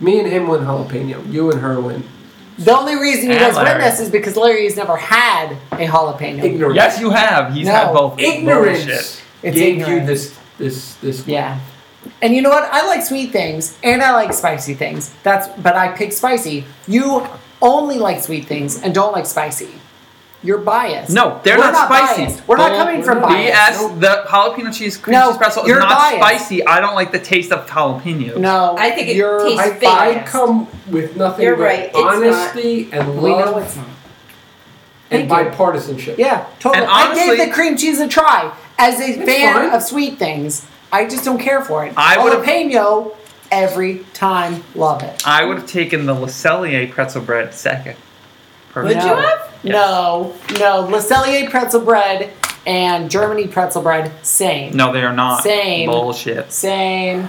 S4: Me and him win jalapeno. You and her win
S1: The only reason you
S2: And
S1: guys win
S2: Larry.
S1: this is because Larry's never had a jalapeno.
S4: ignorance.
S2: Yes, you have. He's
S1: No,
S2: had both.
S4: ignorance
S2: Bullshit.
S1: It's
S4: gave
S1: ignorance.
S4: you this this this.
S1: Yeah. And you know what? I like sweet things and I like spicy things. That's but I pick spicy. You only like sweet things and don't like spicy. You're biased.
S2: No, they're
S1: We're
S2: not spicy.
S1: biased. We're not
S4: Well,
S1: coming
S4: we're
S1: from
S4: not.
S1: bias.
S2: BS. The jalapeno cheese cream
S1: No,
S2: cheese pretzel is
S1: you're
S2: not
S1: biased.
S2: spicy. I don't like the taste of jalapeno.
S1: No,
S3: I think it
S1: you're
S3: tastes
S4: I,
S3: It's
S4: I
S3: biased.
S4: come with nothing
S3: You're
S4: but
S3: right, it's not.
S4: honesty and
S1: We know
S4: love
S1: it's not.
S4: and
S1: Thank you.
S4: bipartisanship.
S1: Yeah, totally.
S2: And
S1: I
S2: honestly-
S1: gave the cream cheese a try as a fan
S4: fine.
S1: of sweet things. I just don't care for it.
S2: I would've-
S1: jalapeno every time. Love it.
S2: I would have taken the Le Cellier pretzel bread second.
S3: Would
S1: No.
S3: you have?
S1: No, no. Le Cellier pretzel bread and Germany pretzel bread, same.
S2: No, they are not.
S1: Same.
S2: Bullshit.
S1: Same.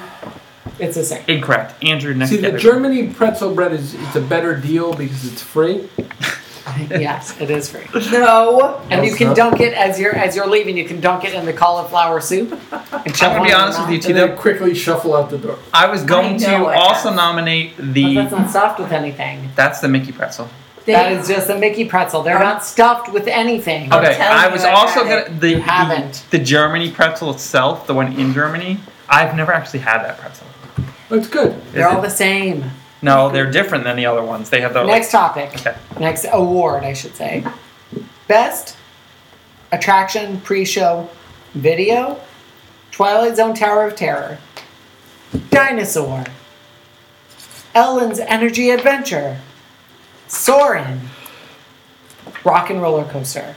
S1: It's the
S2: [LAUGHS]
S1: same.
S2: Incorrect. Andrew, next
S4: See, the
S2: category.
S4: Germany pretzel bread is it's a better deal because it's free.
S1: yes, it is free.
S3: [LAUGHS] No.
S1: And you
S4: it's
S1: can
S4: not.
S1: dunk it as you're as you're leaving. You can dunk it in the cauliflower
S2: [LAUGHS]
S1: soup. And
S2: I'm gonna be honest with you, too.
S4: And then
S2: Though
S4: quickly shuffle out the door.
S2: I was
S3: I
S2: going to
S3: know I
S2: also
S3: have.
S2: nominate
S1: But that's
S2: the.
S1: not stuffed with anything.
S2: That's the Mickey pretzel.
S3: They,
S1: that is just a Mickey pretzel. They're
S3: Um,
S1: not stuffed with anything.
S3: I'm
S2: Okay,
S3: telling
S2: I
S3: you,
S2: was
S3: I
S2: also
S3: had it.
S2: gonna the,
S1: You
S2: the
S1: haven't.
S2: the Germany pretzel itself, the one in Germany. I've never actually had that pretzel.
S4: That's good.
S2: Is
S1: They're all
S2: it?
S1: the same.
S2: no, they're different than the other ones. They have their
S1: Next topic.
S2: Okay.
S1: Next award, I should say. Best attraction pre-show video. Twilight Zone Tower of Terror. Dinosaur. Ellen's Energy Adventure. Soarin'. Rock and Roller Coaster.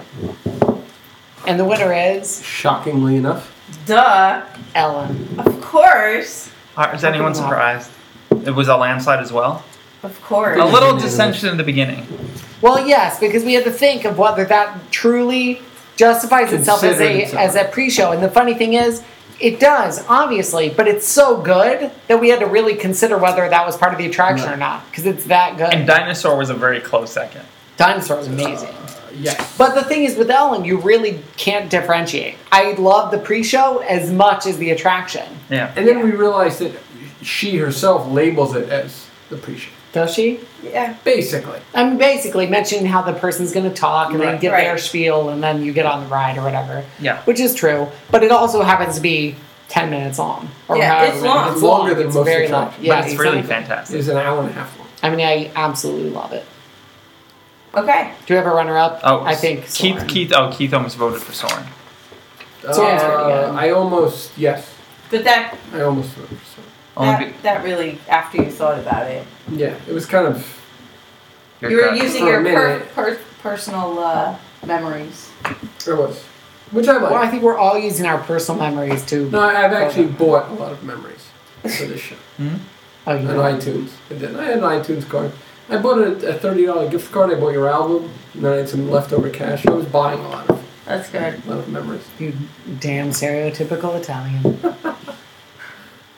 S1: And the winner is
S4: Shockingly enough,
S3: duh.
S1: Ellen.
S3: Of course.
S2: Are- is anyone
S1: Fucking
S2: surprised? It was a landslide as well.
S3: Of course.
S2: A little
S4: Unanimous.
S2: dissension in the beginning.
S1: Well, yes, because we had to think of whether that truly justifies itself as
S4: Considered
S1: a
S4: itself.
S1: as a pre-show. And the funny thing is, it does obviously, but it's so good that we had to really consider whether that was part of the attraction
S4: No.
S1: or not because it's that good.
S2: And dinosaur was a very close second.
S1: Dinosaur is amazing.
S4: uh, yes.
S1: But the thing is, with Ellen, you really can't differentiate. I love the pre-show as much as the attraction.
S2: Yeah.
S4: And then we realized that she herself labels it as the pre-show.
S1: Does she?
S3: yeah.
S4: Basically,
S1: I'm basically mentioning how the person's going to talk and then
S4: Right.
S1: give
S3: Right.
S1: their spiel and then you get on the ride or whatever.
S2: Yeah.
S1: Which is true, but it also happens to be 10 minutes long. Or
S3: Yeah,
S1: however
S3: it's
S1: many-
S3: long.
S4: It's longer than
S1: It's
S4: most
S1: very long.
S4: attractions.
S1: Yeah,
S2: but it's really
S1: exactly.
S4: it
S2: fantastic.
S4: is an hour and a half long.
S1: I mean, I absolutely love it.
S3: Okay.
S1: Do you have a runner up?
S2: Oh,
S1: I think
S2: Keith.
S1: Soren.
S2: Keith. Oh, Keith almost voted for Soren.
S1: So it's pretty good.
S4: Uh, I almost yes.
S3: But that
S4: I almost voted for Soren.
S2: Only be-
S3: that, that really after you thought about it,
S4: Yeah, it was kind of
S2: You're
S3: you were
S2: correct.
S3: using
S4: For
S3: your
S4: a
S3: per,
S4: minute.
S3: per, personal uh, memories.
S4: it was. which I like.
S1: Well, I think we're all using our personal memories to.
S4: No, I- I've actually bought a lot of memories for
S1: [LAUGHS]
S4: this show
S1: Oh, you
S4: on
S1: know.
S4: iTunes. And then I had an iTunes card. I bought a, a thirty dollar gift card. I bought your album, and then I had some leftover cash. I was buying a lot of
S3: That's good.
S4: a lot of memories.
S1: You damn stereotypical Italian.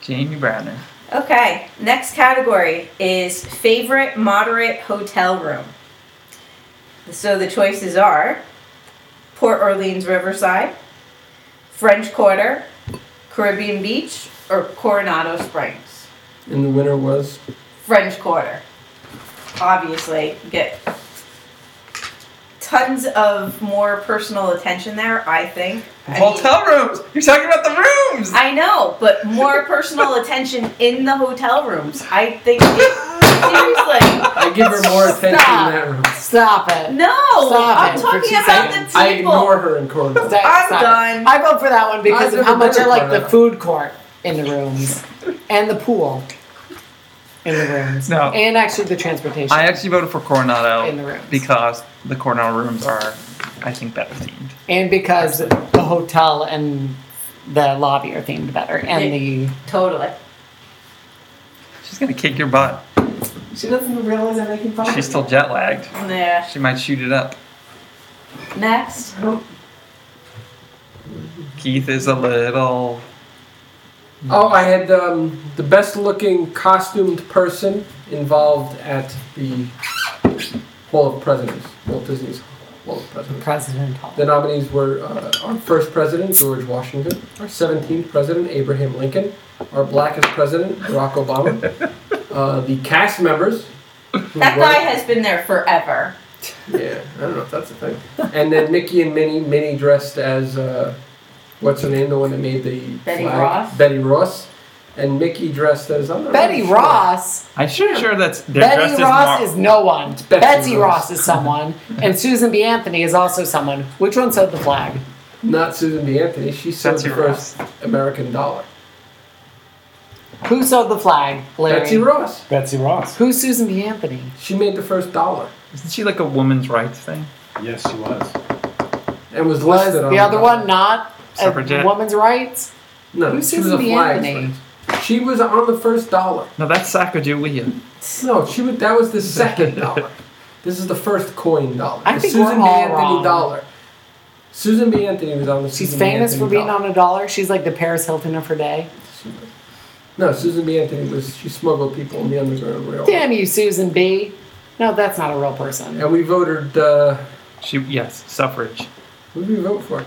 S2: Jamie Browner.
S3: Okay, next category is favorite moderate hotel room. So the choices are Port Orleans Riverside, French Quarter, Caribbean Beach, or Coronado Springs.
S4: And the winner was
S3: French Quarter. Obviously, get tons of more personal attention there, I think. I mean-
S2: Hotel rooms. You're talking about the rooms.
S3: I know, but more personal attention in the hotel rooms. I think seriously.
S4: I give her more attention
S1: Stop.
S4: in that room.
S1: Stop it.
S3: No,
S1: Stop
S3: I'm
S1: it.
S3: talking
S1: She's
S3: about
S1: saying,
S3: the
S4: I
S3: people.
S4: ignore her in corridors.
S1: Stop-
S3: I'm
S1: stop it.
S3: done.
S1: I vote for that one because
S4: I've
S1: of how
S4: never
S1: much I
S4: voted
S1: like
S4: for
S3: [LAUGHS]
S1: the
S4: it.
S1: food court in the rooms and the pool in the rooms.
S2: No.
S1: And actually the transportation.
S2: I actually voted for Coronado
S1: In the rooms.
S2: because the Coronado rooms are, I think, better themed.
S1: and because the hotel and the lobby are themed better. And the.
S3: totally.
S2: She's gonna kick your butt.
S1: She doesn't realize I'm making fun
S2: She's still jet lagged.
S3: Yeah.
S2: She might shoot it up.
S3: Next.
S2: Keith is a little.
S4: Oh, I had um, the best looking costumed person involved at the Hall of Presidents, Walt Disney's Hall of Presidents.
S1: President
S4: The nominees were uh, our first president, George Washington, our 17th president, Abraham Lincoln, our blackest president, Barack
S3: [LAUGHS]
S4: Obama, uh, the cast members. who
S3: That
S4: were-
S3: guy has been there forever.
S4: Yeah, I don't know if that's a thing. And then Mickey and Minnie, Minnie dressed as uh, what's her name, the one that made the
S3: Betty
S4: flag?
S3: Ross?
S4: Betty Ross, and Mickey dressed as I'm not
S1: Betty
S4: really sure.
S1: Ross.
S2: I'm sure, sure that's. They're dressed
S1: Betty
S2: as
S1: Ross
S2: Mar-
S1: is no one.
S4: Betsy
S1: Betsy Ross.
S4: Ross.
S1: is someone. and Susan B. Anthony is also someone. Which one sewed the flag?
S4: Not Susan B. Anthony. She sold
S2: Betsy
S4: the first
S2: Ross.
S4: American dollar.
S1: Who sewed the flag? Larry.
S4: Betsy Ross.
S5: Betsy Ross.
S1: Who's Susan B. Anthony?
S4: She made the first dollar
S2: Isn't she like a woman's rights thing?
S5: Yes, she was.
S4: and was
S1: Was
S4: listed on
S1: the other
S4: dollar.
S1: one not a
S2: Suffragette.
S1: woman's rights?
S4: No,
S1: Who's
S4: she was
S1: Susan
S4: a
S1: B.
S4: flag.
S1: Anthony?
S4: slave. She was on the first dollar.
S2: No, that's Sacagawea.
S4: No, she was. That was
S1: [LAUGHS]
S4: the second dollar. This is the first coin dollar.
S1: I
S4: the
S1: think
S4: Susan
S1: we're
S4: B.
S1: all
S4: Anthony
S1: wrong.
S4: dollar. Susan B. Anthony was on the.
S1: She's
S4: Susan B.
S1: famous
S4: Anthony
S1: for being
S4: dollar.
S1: on a dollar. She's like the Paris Hilton of her day.
S4: No, Susan B. Anthony was. She smuggled people in the Underground Railroad.
S1: Damn you, Susan B. No, that's not a real person.
S4: And we voted. Uh,
S2: She yes, suffrage.
S4: who did we vote for?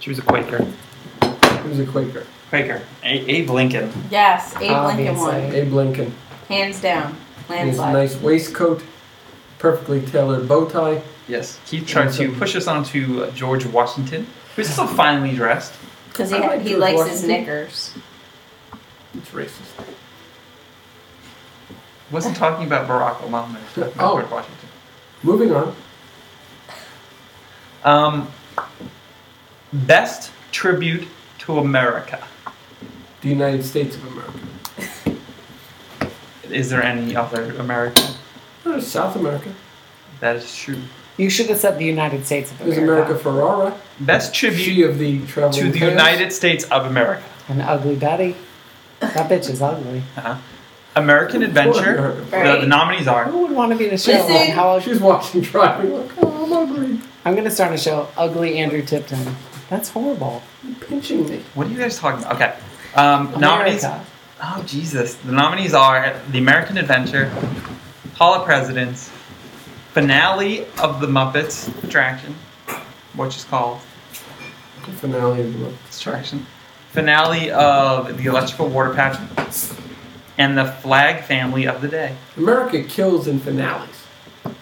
S2: She was a Quaker.
S4: It was a Quaker.
S2: Quaker. A- Abe Lincoln.
S3: Yes, Abe Lincoln one,
S1: Obviously.
S4: Abe Lincoln.
S3: hands down,
S4: His
S3: landslide.
S4: nice waistcoat, perfectly tailored bow tie.
S2: Yes. Keith tried to push us onto uh, George Washington, who's still finely dressed.
S3: Because
S4: I
S3: he,
S4: like
S3: he
S4: George
S3: likes his
S4: Washington.
S3: knickers.
S4: It's racist.
S2: Wasn't talking about Barack Obama. he was talking about
S4: Oh.
S2: George Washington.
S4: Moving on.
S2: Um, best tribute to America.
S4: The United States of America.
S2: Is there any other America?
S4: Oh, South America.
S2: That is true.
S1: You should have said the United States of
S4: There's
S1: America.
S4: America Ferrara.
S2: Best
S4: She
S2: tribute
S4: of the traveling
S2: to the
S4: Pants.
S2: United States of America.
S1: An ugly Betty. That bitch is ugly.
S2: Uh-huh. American Adventure.
S4: America.
S2: The, the nominees are
S1: Who would want to be in a show
S3: Listen.
S1: like how ugly?
S4: She's watching [LAUGHS] driving like, oh, I'm ugly.
S1: I'm going to start a show, Ugly Andrew Tipton. That's horrible.
S4: You're pinching me.
S2: What are you guys talking about? Okay. Um, nominees.
S1: America.
S2: Oh Jesus! The nominees are The American Adventure, Hall of Presidents, finale of the Muppets attraction, which is called
S4: The finale of the book.
S2: attraction, finale of the Electrical Water Pageant, and the Flag Family of the Day.
S4: America kills in finales.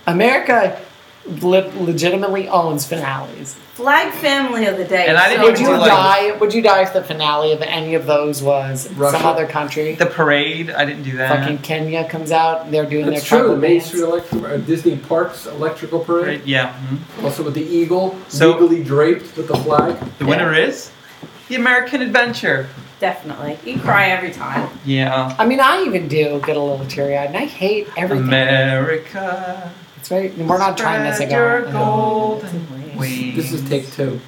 S1: America le- legitimately owns finales.
S3: Flag family of the day.
S2: And I didn't
S3: so
S1: Would you
S2: Like-
S1: die? Would you die if the finale of any of those was
S4: Russia.
S1: some other country?
S2: The parade. I didn't do that.
S1: Fucking Kenya comes out and they're doing
S4: That's
S1: their
S4: true. The
S1: tribal
S4: Main
S1: dance.
S4: Street Electric, uh, Disney Parks Electrical Parade.
S2: Right, Yeah. mhm.
S4: Also with the eagle,
S2: So-
S4: legally draped with the flag.
S2: The winner is The American Adventure.
S3: Definitely. You cry every time.
S2: Yeah.
S1: I mean, I even do get a little teary eyed, and I hate everything.
S2: America.
S1: It's right. We're not trying this
S2: spread your
S1: again.
S2: golden wings. Wings.
S4: This is take two.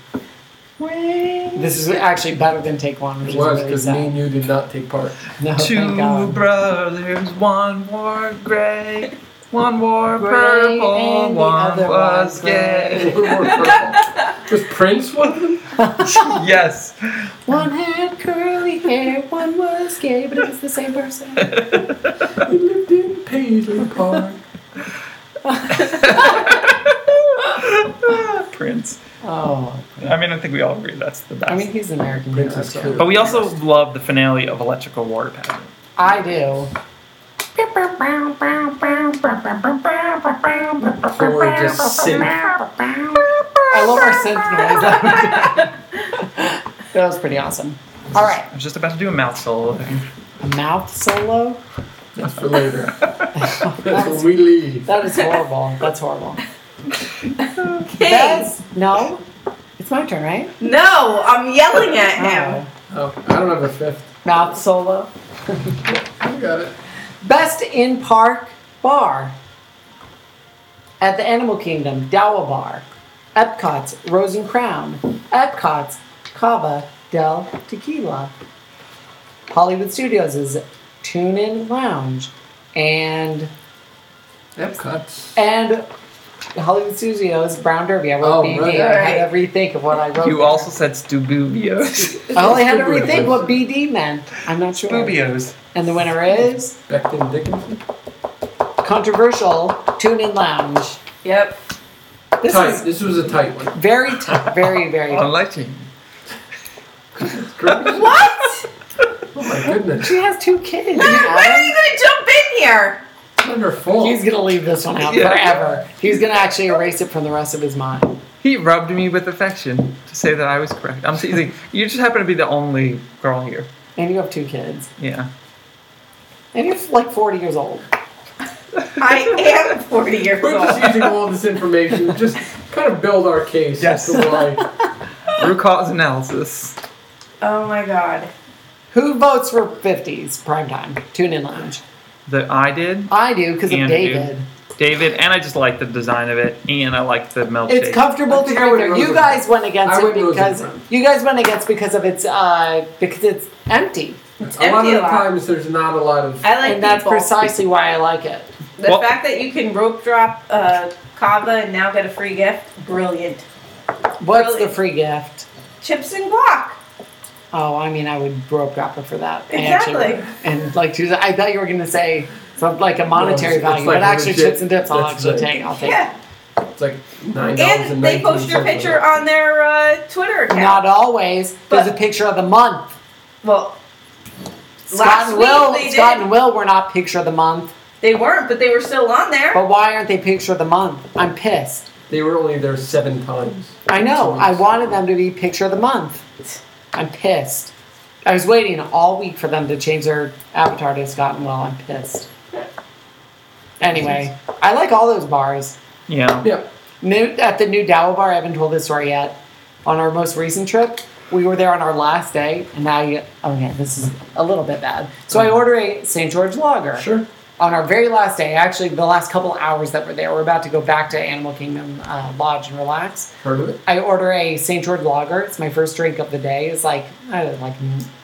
S1: This is actually better than take one, which
S4: It
S1: is
S4: was
S1: really
S4: because me
S1: sad.
S4: and you did not take part.
S1: [LAUGHS]
S4: [LAUGHS]
S1: No,
S2: Two
S1: Oh, thank God.
S2: brothers, one wore gray, one wore
S1: Gray
S2: purple,
S1: and the
S2: one
S1: other
S2: was
S1: one's gray. [LAUGHS]
S2: gay.
S4: was Prince one of them?
S2: yes. [LAUGHS]
S1: One had curly hair, one was gay, but it was the same person.
S4: We lived in Paisley Park.
S2: Prince.
S1: Oh,
S2: I mean, I think we all agree that's the best.
S1: I mean, he's an American hero.
S4: Prince is
S1: so-
S4: cool.
S2: but we also love the finale of Electrical Water Pattern.
S1: I do.
S4: Or just synth.
S1: I love our synth noise. [LAUGHS] that was pretty awesome. All right,
S2: I was just about to do a mouth solo.
S1: a mouth solo.
S4: That's
S1: [LAUGHS]
S4: for later. That's when we leave.
S1: That is horrible. That's [LAUGHS] horrible.
S3: Okay.
S1: That's no. It's my turn, right?
S3: No, I'm yelling at him.
S4: Oh, I don't have a fifth.
S1: Oh, mouth solo.
S4: I got it.
S1: Best in park bar. At the Animal Kingdom, Dawa Bar. Epcot's Rose and Crown. Epcot's Cava del Tequila. Hollywood Studios' is Tune In Lounge. And
S4: Epcot's.
S1: and Hollywood Studios Brown Derby. I wrote
S4: Oh,
S1: BD.
S4: right.
S1: I had to rethink of what I wrote.
S2: You
S1: there.
S2: also said
S1: [LAUGHS]
S2: Stububios.
S1: I only had to rethink what BD meant. I'm not sure.
S2: Stububios.
S1: And the winner is
S4: Becton Dickinson.
S1: controversial Tune In Lounge.
S3: Yep.
S1: This
S4: tight.
S1: is
S4: This was a tight one.
S1: very tight. Very,
S2: [LAUGHS]
S1: very
S2: I like you.
S4: Correct?
S3: What?
S4: Oh my goodness.
S1: She has two kids.
S3: When are you gonna jump in here?
S4: Under four.
S1: He's gonna leave this one out
S2: Yeah.
S1: forever. He's gonna actually erase it from the rest of his mind.
S2: He rubbed me with affection to say that I was correct. I'm teasing. you just happen to be the only girl here.
S1: And you have two kids. [GASPS]
S2: Yeah.
S1: And you're like 40 years old.
S3: I am 40 years
S4: We're just
S3: old.
S4: using all this information to just kind of build our case
S2: Yes.
S4: as to
S1: [LAUGHS]
S4: why.
S2: Root cause analysis.
S3: Oh my god.
S1: Who votes for 50s primetime? Tune in lounge.
S2: That I did.
S1: I do because of
S2: And
S1: Oh, David.
S2: you. David, and I just like the design of it, and I like the milkshake.
S1: It's comfortable
S4: I
S1: to
S4: think I
S1: drink
S4: would
S1: there.
S4: rose
S1: You
S4: it.
S1: guys went against
S4: I
S1: it
S4: would rose it
S1: because
S4: around.
S1: you guys went against because of its uh because it's empty.
S4: A lot
S3: empty
S4: of
S3: a
S4: the
S3: lot.
S4: times there's not a lot of.
S3: I like
S1: and that's
S3: people.
S1: precisely why I like it.
S3: the
S2: Well-
S3: fact that you can rope drop uh, kava and now get a free gift. Brilliant.
S1: What's
S3: Really?
S1: the free gift?
S3: Chips and guac.
S1: Oh, I mean, I would rope drop her for that. I
S3: Exactly.
S1: actually would. And like, she was- I thought you were going to say something like a monetary
S4: it's- it's
S1: value,
S4: like
S1: but actually,
S4: legit-
S1: chips and dips, I'll
S4: that's
S1: actually
S4: right.
S1: take. I'll take.
S3: Yeah.
S4: It's like nine dollars
S3: And they post your picture on their uh, Twitter account.
S1: Not always. There's
S3: But-
S1: a picture of the month.
S3: well,
S1: Scott
S3: last
S1: and
S3: week
S1: Will,
S3: they
S1: Scott
S3: did.
S1: and Will were not picture of the month,
S3: They weren't, but they were still on there.
S1: but why aren't they picture of the month? I'm pissed.
S4: They were only there seven times.
S1: I know. I
S4: Jeez.
S1: wanted them to be picture of the month. I'm pissed. I was waiting all week for them to change their avatar to Scott and Will. I'm pissed. Anyway, I like all those bars.
S2: yeah.
S4: Yep.
S1: New, at the new Dow bar, I haven't told this story yet. On our most recent trip, we were there on our last day, and now you, oh yeah, this is a little bit bad. So I order a St. George Lager.
S4: Sure.
S1: On our very last day, actually, the last couple hours that we're there, we're about to go back to Animal Kingdom uh, Lodge and relax.
S4: Heard of it?
S1: I order a St. George Lager. It's my first drink of the day. It's like I don't know, like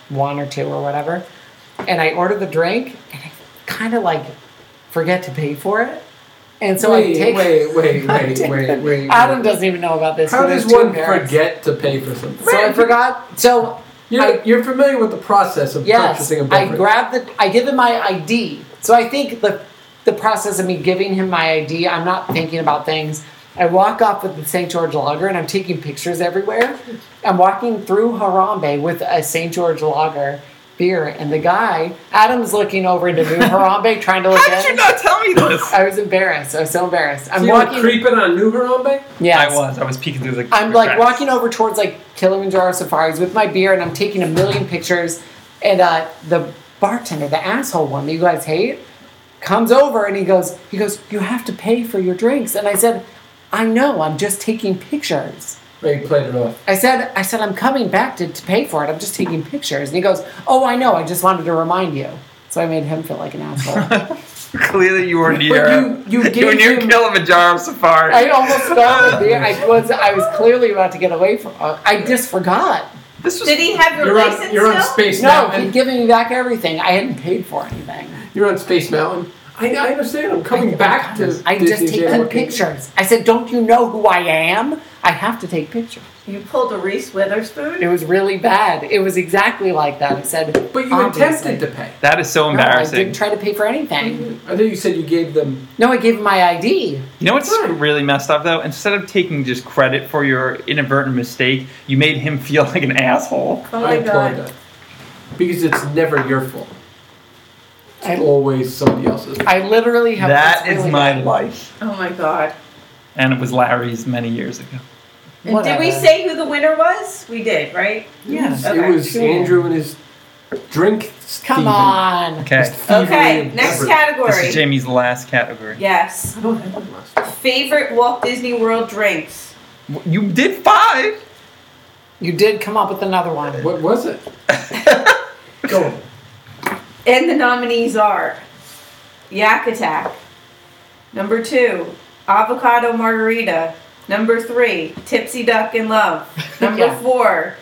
S1: one or two or whatever. And I order the drink, and I kind of like forget to pay for it. And so I
S4: wait,
S1: take
S4: wait,
S1: [LAUGHS]
S4: wait,
S1: I
S4: wait,
S1: take
S4: wait,
S1: the-
S4: wait, wait.
S1: Adam doesn't even know about this.
S4: How
S1: but it's
S4: does
S1: too
S4: one
S1: embarrassing.
S4: forget to pay for something?
S1: So I forgot. So
S4: You're,
S1: I-
S4: you're familiar with the process of
S1: yes,
S4: purchasing a
S1: I
S4: beverage.
S1: grab the. I give him my ID. So I think the the process of me giving him my ID, I'm not thinking about things. I walk off with the St. George lager and I'm taking pictures everywhere. I'm walking through Harambe with a St. George lager beer, and the guy Adam's looking over into New Harambe trying to look
S2: How did
S1: at.
S2: you
S1: it.
S2: not tell me this?
S1: I was embarrassed. I was so embarrassed. I'm
S4: So you were
S1: walking.
S4: creeping on New Harambe?
S1: [LAUGHS] Yes.
S2: I was. I was peeking through the.
S1: I'm
S2: the
S1: like
S2: cracks.
S1: walking over towards like Kilimanjaro safaris with my beer, and I'm taking a million pictures. And uh, the bartender, the asshole one that you guys hate, comes over and he goes, he goes, you have to pay for your drinks. And I said, I know, I'm just taking pictures.
S4: Or you played it off?
S1: I said, I said, I'm coming back to, to pay for it. I'm just taking pictures. And he goes, Oh, I know. I just wanted to remind you. So I made him feel like an asshole.
S2: [LAUGHS] Clearly, you were near.
S1: But you- you
S2: [LAUGHS] you were
S1: gave
S2: near
S1: him-
S2: Kilimanjaro Safari.
S1: I almost fell. there. I was I was clearly about to get away from. uh, I just forgot.
S2: this was
S3: Did he have your
S4: You're
S3: license
S4: on, you're on
S3: still?
S4: Space
S1: No,
S4: Mountain.
S1: he'd given me back everything. I hadn't paid for anything.
S4: You're on Space Mountain. I, I understand. I'm coming back to.
S1: I just
S4: Disney's
S1: take
S4: Animal
S1: good
S4: Kingdom.
S1: pictures. I said, "Don't you know who I am? I have to take pictures."
S3: You pulled a Reese
S1: It
S3: Witherspoon?
S1: was really bad. It was exactly like that. I said,
S4: But you
S1: obviously.
S4: attempted to pay.
S2: that is so
S1: No, I
S2: embarrassing.
S1: didn't try to pay for anything.
S4: I think you said you gave them.
S1: No, I gave him my ID.
S2: You know what's really messed up though? Instead of taking just credit for your inadvertent mistake, you made him [LAUGHS] feel like an asshole.
S3: Oh
S4: I
S3: my
S4: applaud
S3: god.
S4: that. Because it's never your fault. It's
S1: I-
S4: always somebody else's.
S1: I literally have.
S2: That
S1: it's
S2: is
S1: really
S2: my
S1: bad.
S2: life.
S3: Oh my god.
S2: And it was Larry's many years ago.
S3: And did we
S1: Whatever.
S3: say who the winner was? We did, right?
S2: Yes.
S3: Okay.
S4: It was
S1: Sure.
S4: Andrew and his drink.
S1: Come
S4: thieving.
S1: on.
S2: Okay.
S3: Okay, next
S2: This is
S3: category.
S2: Jamie's last category.
S3: Yes.
S4: I don't have one last.
S3: Favorite Walt Disney World drinks?
S2: You did five!
S1: You did come up with another one.
S4: What was
S3: [LAUGHS]
S4: it? Go on.
S3: And the nominees are Yak Attack. Number two, Avocado Margarita. Number three, Tipsy Duck
S1: [LAUGHS]
S3: in Love. Number
S1: Yeah.
S3: four,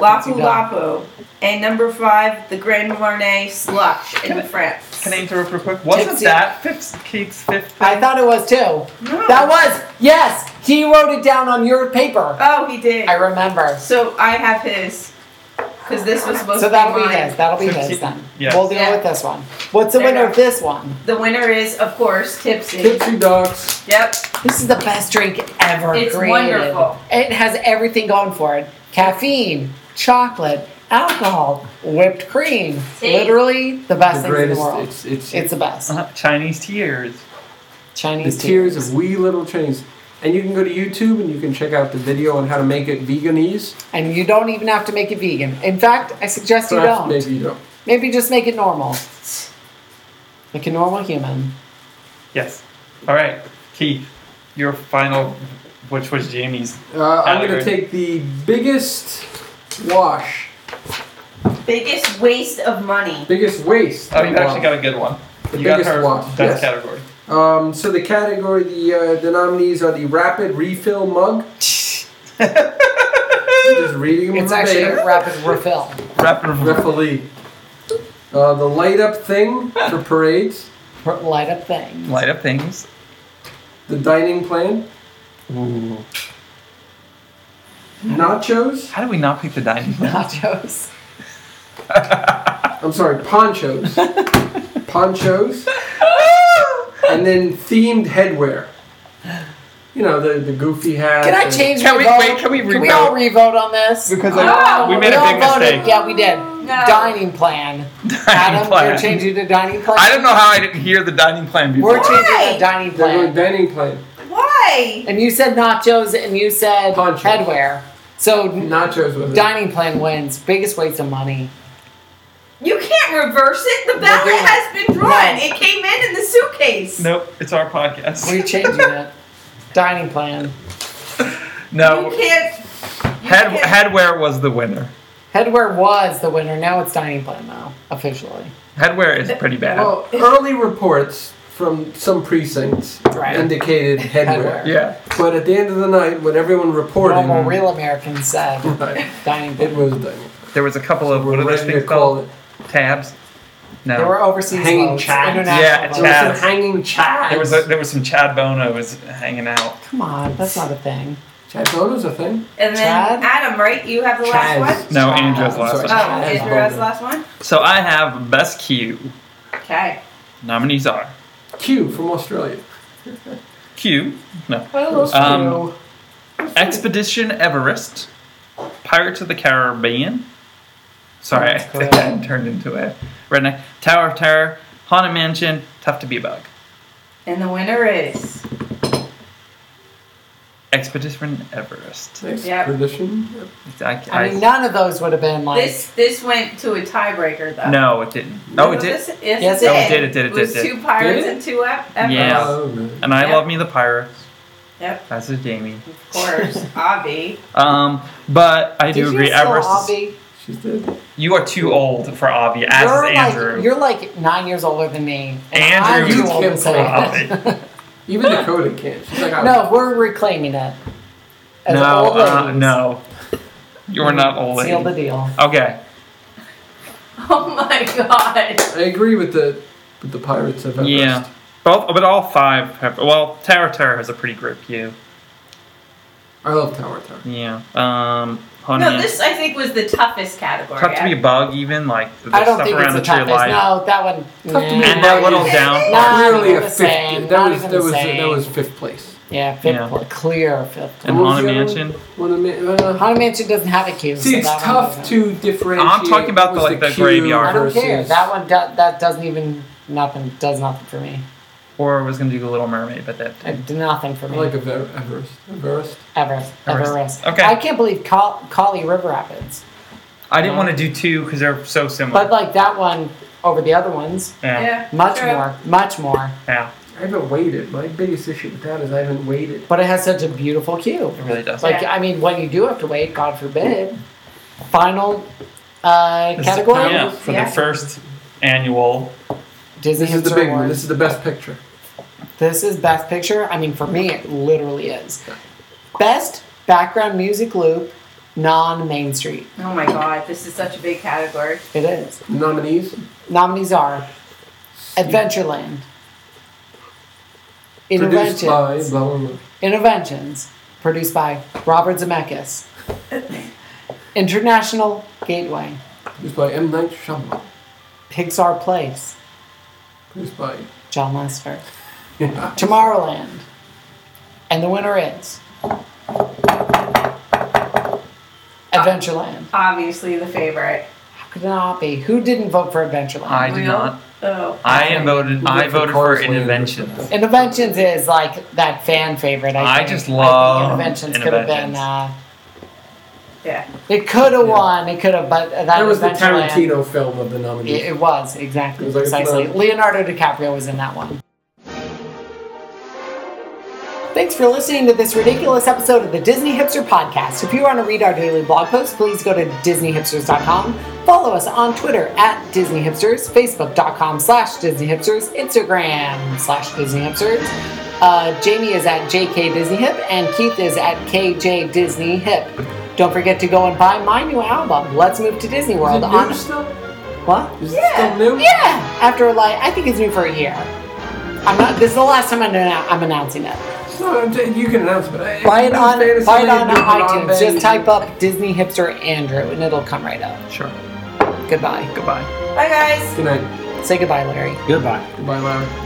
S3: Lapu
S1: Tipsy Duck.
S3: Lapu. And number five, the Grand Marnier Slush in France.
S2: Can I interrupt real quick? Wasn't
S1: Tipsy.
S2: that fifth, Kate's fifth?
S1: I thought it was too. That was yes. He wrote it down on your paper.
S3: oh, he did.
S1: I remember.
S3: so I have his. Because this was supposed
S1: So
S3: to
S1: that'll
S3: be
S1: be
S3: mine.
S1: his. That'll
S3: [LAUGHS]
S1: be his
S2: Fifteen.
S1: then.
S2: Yes.
S1: We'll deal
S3: Yeah.
S1: with this one. What's the
S3: There you
S1: winner
S3: go.
S1: of this one?
S3: The winner is, of course, Tipsy.
S4: Tipsy Dogs.
S3: Yep.
S1: This is the best drink ever
S3: It's
S1: created.
S3: wonderful.
S1: It has everything going for it: caffeine, chocolate, alcohol, whipped cream.
S3: See?
S1: Literally the best
S4: The
S1: thing in the
S4: greatest.
S1: world.
S4: It's it's
S1: It's the best.
S2: Uh, Chinese tears.
S4: the
S1: Chinese
S4: tears of wee little Chinese. And you can go to YouTube and you can check out the video on how to make it veganese.
S1: and you don't even have to make it vegan. In fact, I suggest you
S4: Perhaps
S1: don't.
S4: maybe you don't.
S1: Maybe just make it normal. Like a normal human.
S2: Yes. All right, Keith, your final, which was Jamie's.
S4: Uh, I'm going
S2: Allegory.
S4: to take the biggest wash,
S3: Biggest waste of money.
S4: biggest waste.
S2: Oh, you actually
S4: Wow.
S2: got a good one.
S4: The
S2: you got
S4: biggest
S2: her
S4: one,
S2: best
S4: yes.
S2: category.
S4: Um, so the category, the uh, the nominees are the rapid refill
S1: [LAUGHS]
S4: mug. Just reading them
S1: It's actually
S4: verbatim.
S1: a rapid refill.
S2: Rapid
S4: Refilee. Uh, the light up thing
S1: [LAUGHS]
S4: for parades.
S1: Light up thing.
S2: light up things.
S4: The dining plan.
S1: Mm.
S4: Nachos.
S2: How do we not pick the dining?
S4: [LAUGHS]
S1: Nachos.
S4: I'm sorry,
S1: [LAUGHS]
S4: ponchos. ponchos. And then themed headwear. You know, the, the goofy hat.
S1: Can I
S4: and-
S1: change
S2: Can
S1: my
S2: we-
S1: vote?
S2: wait, can we
S1: we
S2: revote?
S1: all revote on this?
S2: Because
S3: Oh,
S2: we made
S1: We
S2: a
S1: all
S2: big
S1: voted.
S2: mistake.
S1: Yeah, we did.
S3: No.
S1: Dining plan. Adam, we're
S2: plan.
S1: changing to dining plan.
S2: I don't know how I didn't hear the dining plan before.
S1: We're changing
S3: Why?
S1: to dining
S4: They're going
S1: plan.
S4: dining plan.
S3: Why?
S1: And you said nachos and you said
S4: Ponchos.
S1: headwear. So
S4: Nachos with it.
S1: dining plan wins. Biggest waste of money.
S3: You can't reverse it. The ballot
S1: doing it.
S3: has been drawn.
S1: No.
S3: It came in in the suitcase.
S2: Nope, it's our podcast.
S1: We're changing
S2: [LAUGHS]
S1: it. Dining plan.
S2: no,
S3: You can't. You
S2: head,
S3: can't-
S2: headwear was the winner.
S1: Headwear was the winner. Now it's dining plan now, officially.
S2: Headwear is pretty bad.
S4: Well, early reports from some precincts
S1: Right. [LAUGHS]
S4: indicated headwear.
S1: Headwear.
S2: yeah,
S4: But at the end of the night, when everyone reported,
S1: Normal real Americans said
S2: [LAUGHS]
S4: Right.
S1: dining
S4: it
S1: plan.
S4: was dining.
S2: there was a couple of what are those
S4: Ready to
S2: things
S4: call
S2: called?
S4: it.
S2: Tabs. No,
S1: There were overseas
S4: Hanging
S1: votes,
S4: chads.
S1: international
S2: Yeah,
S1: votes.
S4: There was some
S2: Chads.
S4: hanging chads.
S2: There was a, there was some Chad Bono was hanging out.
S1: Come on, that's not a thing.
S4: Chad Bono's a thing.
S3: And then
S1: Chad?
S3: Adam, right? You have the
S4: Chaz.
S3: last one.
S2: No,
S1: Chad.
S2: Andrew's last.
S4: Sorry.
S2: one.
S3: Oh,
S4: Chaz
S3: Andrew has the
S4: Bogan.
S3: last one.
S2: So I have best Q.
S3: Okay.
S2: Nominees are
S4: Q from Australia.
S2: Q. No.
S1: Well,
S2: Um, Expedition Everest, Pirates of the Caribbean. Sorry, [LAUGHS] I
S1: That's
S2: think
S1: correct.
S2: that turned into a redneck. Tower of Terror, Haunted Mansion, Tough to Be a Bug.
S3: And the winner is.
S2: Expedition Everest.
S4: Nice
S3: Yep.
S4: tradition.
S2: I, I-
S1: I mean, none of those would have been like.
S3: This this went to a tiebreaker though.
S2: no, it didn't. No, it did.
S3: This,
S1: Yes,
S3: yes, it
S1: it
S3: did.
S2: did, it did, it did,
S3: was
S2: it did.
S3: two pirates
S4: Did it?
S3: and two ep- episodes.
S2: Yeah.
S4: Oh, really?
S2: And I
S3: Yeah.
S2: love me the pirates.
S3: Yep.
S2: As is Jamie.
S3: Of course, [LAUGHS] Avi.
S2: Um, but I do
S1: Did you
S2: agree.
S1: spell
S2: Everest. is-
S1: Abby?
S4: She's dead.
S2: You are too old for Avi, as
S1: you're
S2: is
S1: like
S2: Andrew.
S1: you're like nine years older than me. and I'm
S2: Andrew
S1: too old
S4: can
S1: to say
S4: pull
S1: that.
S2: Avi.
S1: [LAUGHS]
S4: Even Dakota can't. She's like, I
S1: No, we're reclaiming it. As
S2: no,
S1: old
S2: uh,
S1: ladies.
S2: no. You're not old.
S1: Seal the
S2: lady.
S1: deal.
S2: Okay.
S3: Oh my god.
S4: I agree with the with the pirates of Everest.
S2: Yeah. Both, but all five have. Well, Tower Terror has a pretty group. You.
S4: I love Tower Tower.
S2: Yeah. Um. Honey.
S3: No, this I think was the toughest category.
S2: tough to be a bug, even like the
S1: I don't
S2: stuff
S1: think
S2: around
S1: it's the
S2: the tree of
S1: toughest.
S2: life.
S1: No, that one.
S4: Tough to be
S1: nah.
S2: And that little
S4: Yeah.
S2: down
S1: Nah.
S2: part.
S1: Not
S4: Clearly
S1: even
S4: a
S1: the
S4: fifth.
S1: same,
S4: That
S1: not
S4: was
S1: even
S4: that
S1: the
S4: was that
S1: same.
S4: was fifth place.
S1: Yeah, fifth
S2: Yeah.
S1: pla- clear fifth.
S2: And
S4: What was
S2: Haunted
S4: the other
S2: Mansion.
S4: One of the- uh,
S1: Haunted Mansion doesn't have a queue.
S4: See,
S1: so
S4: it's
S1: that one
S4: tough
S1: doesn't.
S4: to differentiate.
S2: I'm talking about the,
S4: what
S2: like,
S4: was
S2: the
S4: queue
S1: I
S2: graveyard.
S1: don't care.
S4: versus-
S1: That one do- that doesn't even nothing does nothing for me.
S2: Or I was gonna do the Little Mermaid, but that
S1: It did nothing for
S4: I
S1: me.
S4: like Ever- Everest. Everest.
S1: Everest.
S2: Everest.
S1: Everest.
S2: Okay.
S1: I can't believe Col- Collie River Rapids.
S2: I didn't want to do two because they're so similar.
S1: But like that one over the other ones,
S2: yeah. yeah.
S3: Yeah.
S1: much
S3: true.
S1: more, much more.
S4: I haven't waited. My biggest issue with that is I haven't waited.
S1: But it has such a beautiful queue.
S2: It really does.
S1: Like
S3: Yeah.
S1: I mean, when you do have to wait, God forbid, final uh,
S2: This is the
S1: category
S2: final for
S3: Yeah.
S2: the first annual.
S1: Disney
S4: This is the
S1: Hipster
S4: big one.
S1: Awards.
S4: This is the best picture.
S1: This is best picture. I mean, for me, it literally is. Best background music loop, non Main Street.
S3: Oh my god, this is such a big category.
S1: It is.
S4: Nominees.
S1: Nominees are Adventureland,
S4: Produced by blah
S1: Interventions,
S4: blah blah.
S1: Interventions, produced by Robert Zemeckis, International Gateway,
S4: Produced by M Night Shyamalan.
S1: Pixar Place,
S4: Produced
S1: [LAUGHS]
S4: by.
S1: John Lester, Tomorrowland, and the winner is Adventureland.
S3: Obviously the favorite.
S1: How could it not be? Who didn't vote for Adventureland?
S2: I did not.
S3: Oh.
S2: I am voted.
S4: You
S2: I voted
S4: voted for
S2: for
S4: Tarzan.
S2: Interventions.
S1: Interventions is like that fan favorite. I,
S2: I
S1: think.
S2: just love
S1: I think Interventions could have been.
S2: Interventions.
S1: Uh,
S3: Yeah.
S1: it could have won. It could have, but that
S4: That was the
S1: Adventureland-
S4: Tarantino film of the
S1: It,
S4: nominees.
S1: it was exactly
S4: It was like a
S1: precisely.
S4: thriller.
S1: Leonardo DiCaprio was in that one. Thanks for listening to this ridiculous episode of the Disney Hipster Podcast. If you want to read our daily blog posts, please go to DisneyHipsters.com. Follow us on Twitter at Disney Hipsters, Facebook.com slash Disney Hipsters, Instagram slash Disney Hipsters. Uh, Jamie is at JK Disney Hip, and Keith is at KJ Disney Hip. Don't forget to go and buy my new album, Let's Move to Disney
S4: Is it
S1: World. [LAUGHS]
S4: new
S1: on
S4: still?
S1: What?
S4: Is it still new?
S1: Yeah, after like I think it's new for a year. I'm not. This is the last time I'm, annou- I'm announcing it.
S4: No, I'm saying you can announce, but I,
S1: Buy it
S4: I'm
S1: on.
S4: saying it's
S1: Buy it
S4: something
S1: on
S4: new, but I'm
S1: iTunes.
S4: saying-
S1: Just type up Disney hipster Andrew, and it'll come right up.
S2: Sure.
S1: Goodbye.
S2: Goodbye.
S3: Bye guys.
S4: Good night.
S1: Say goodbye, Larry.
S5: Goodbye.
S4: Goodbye, Larry.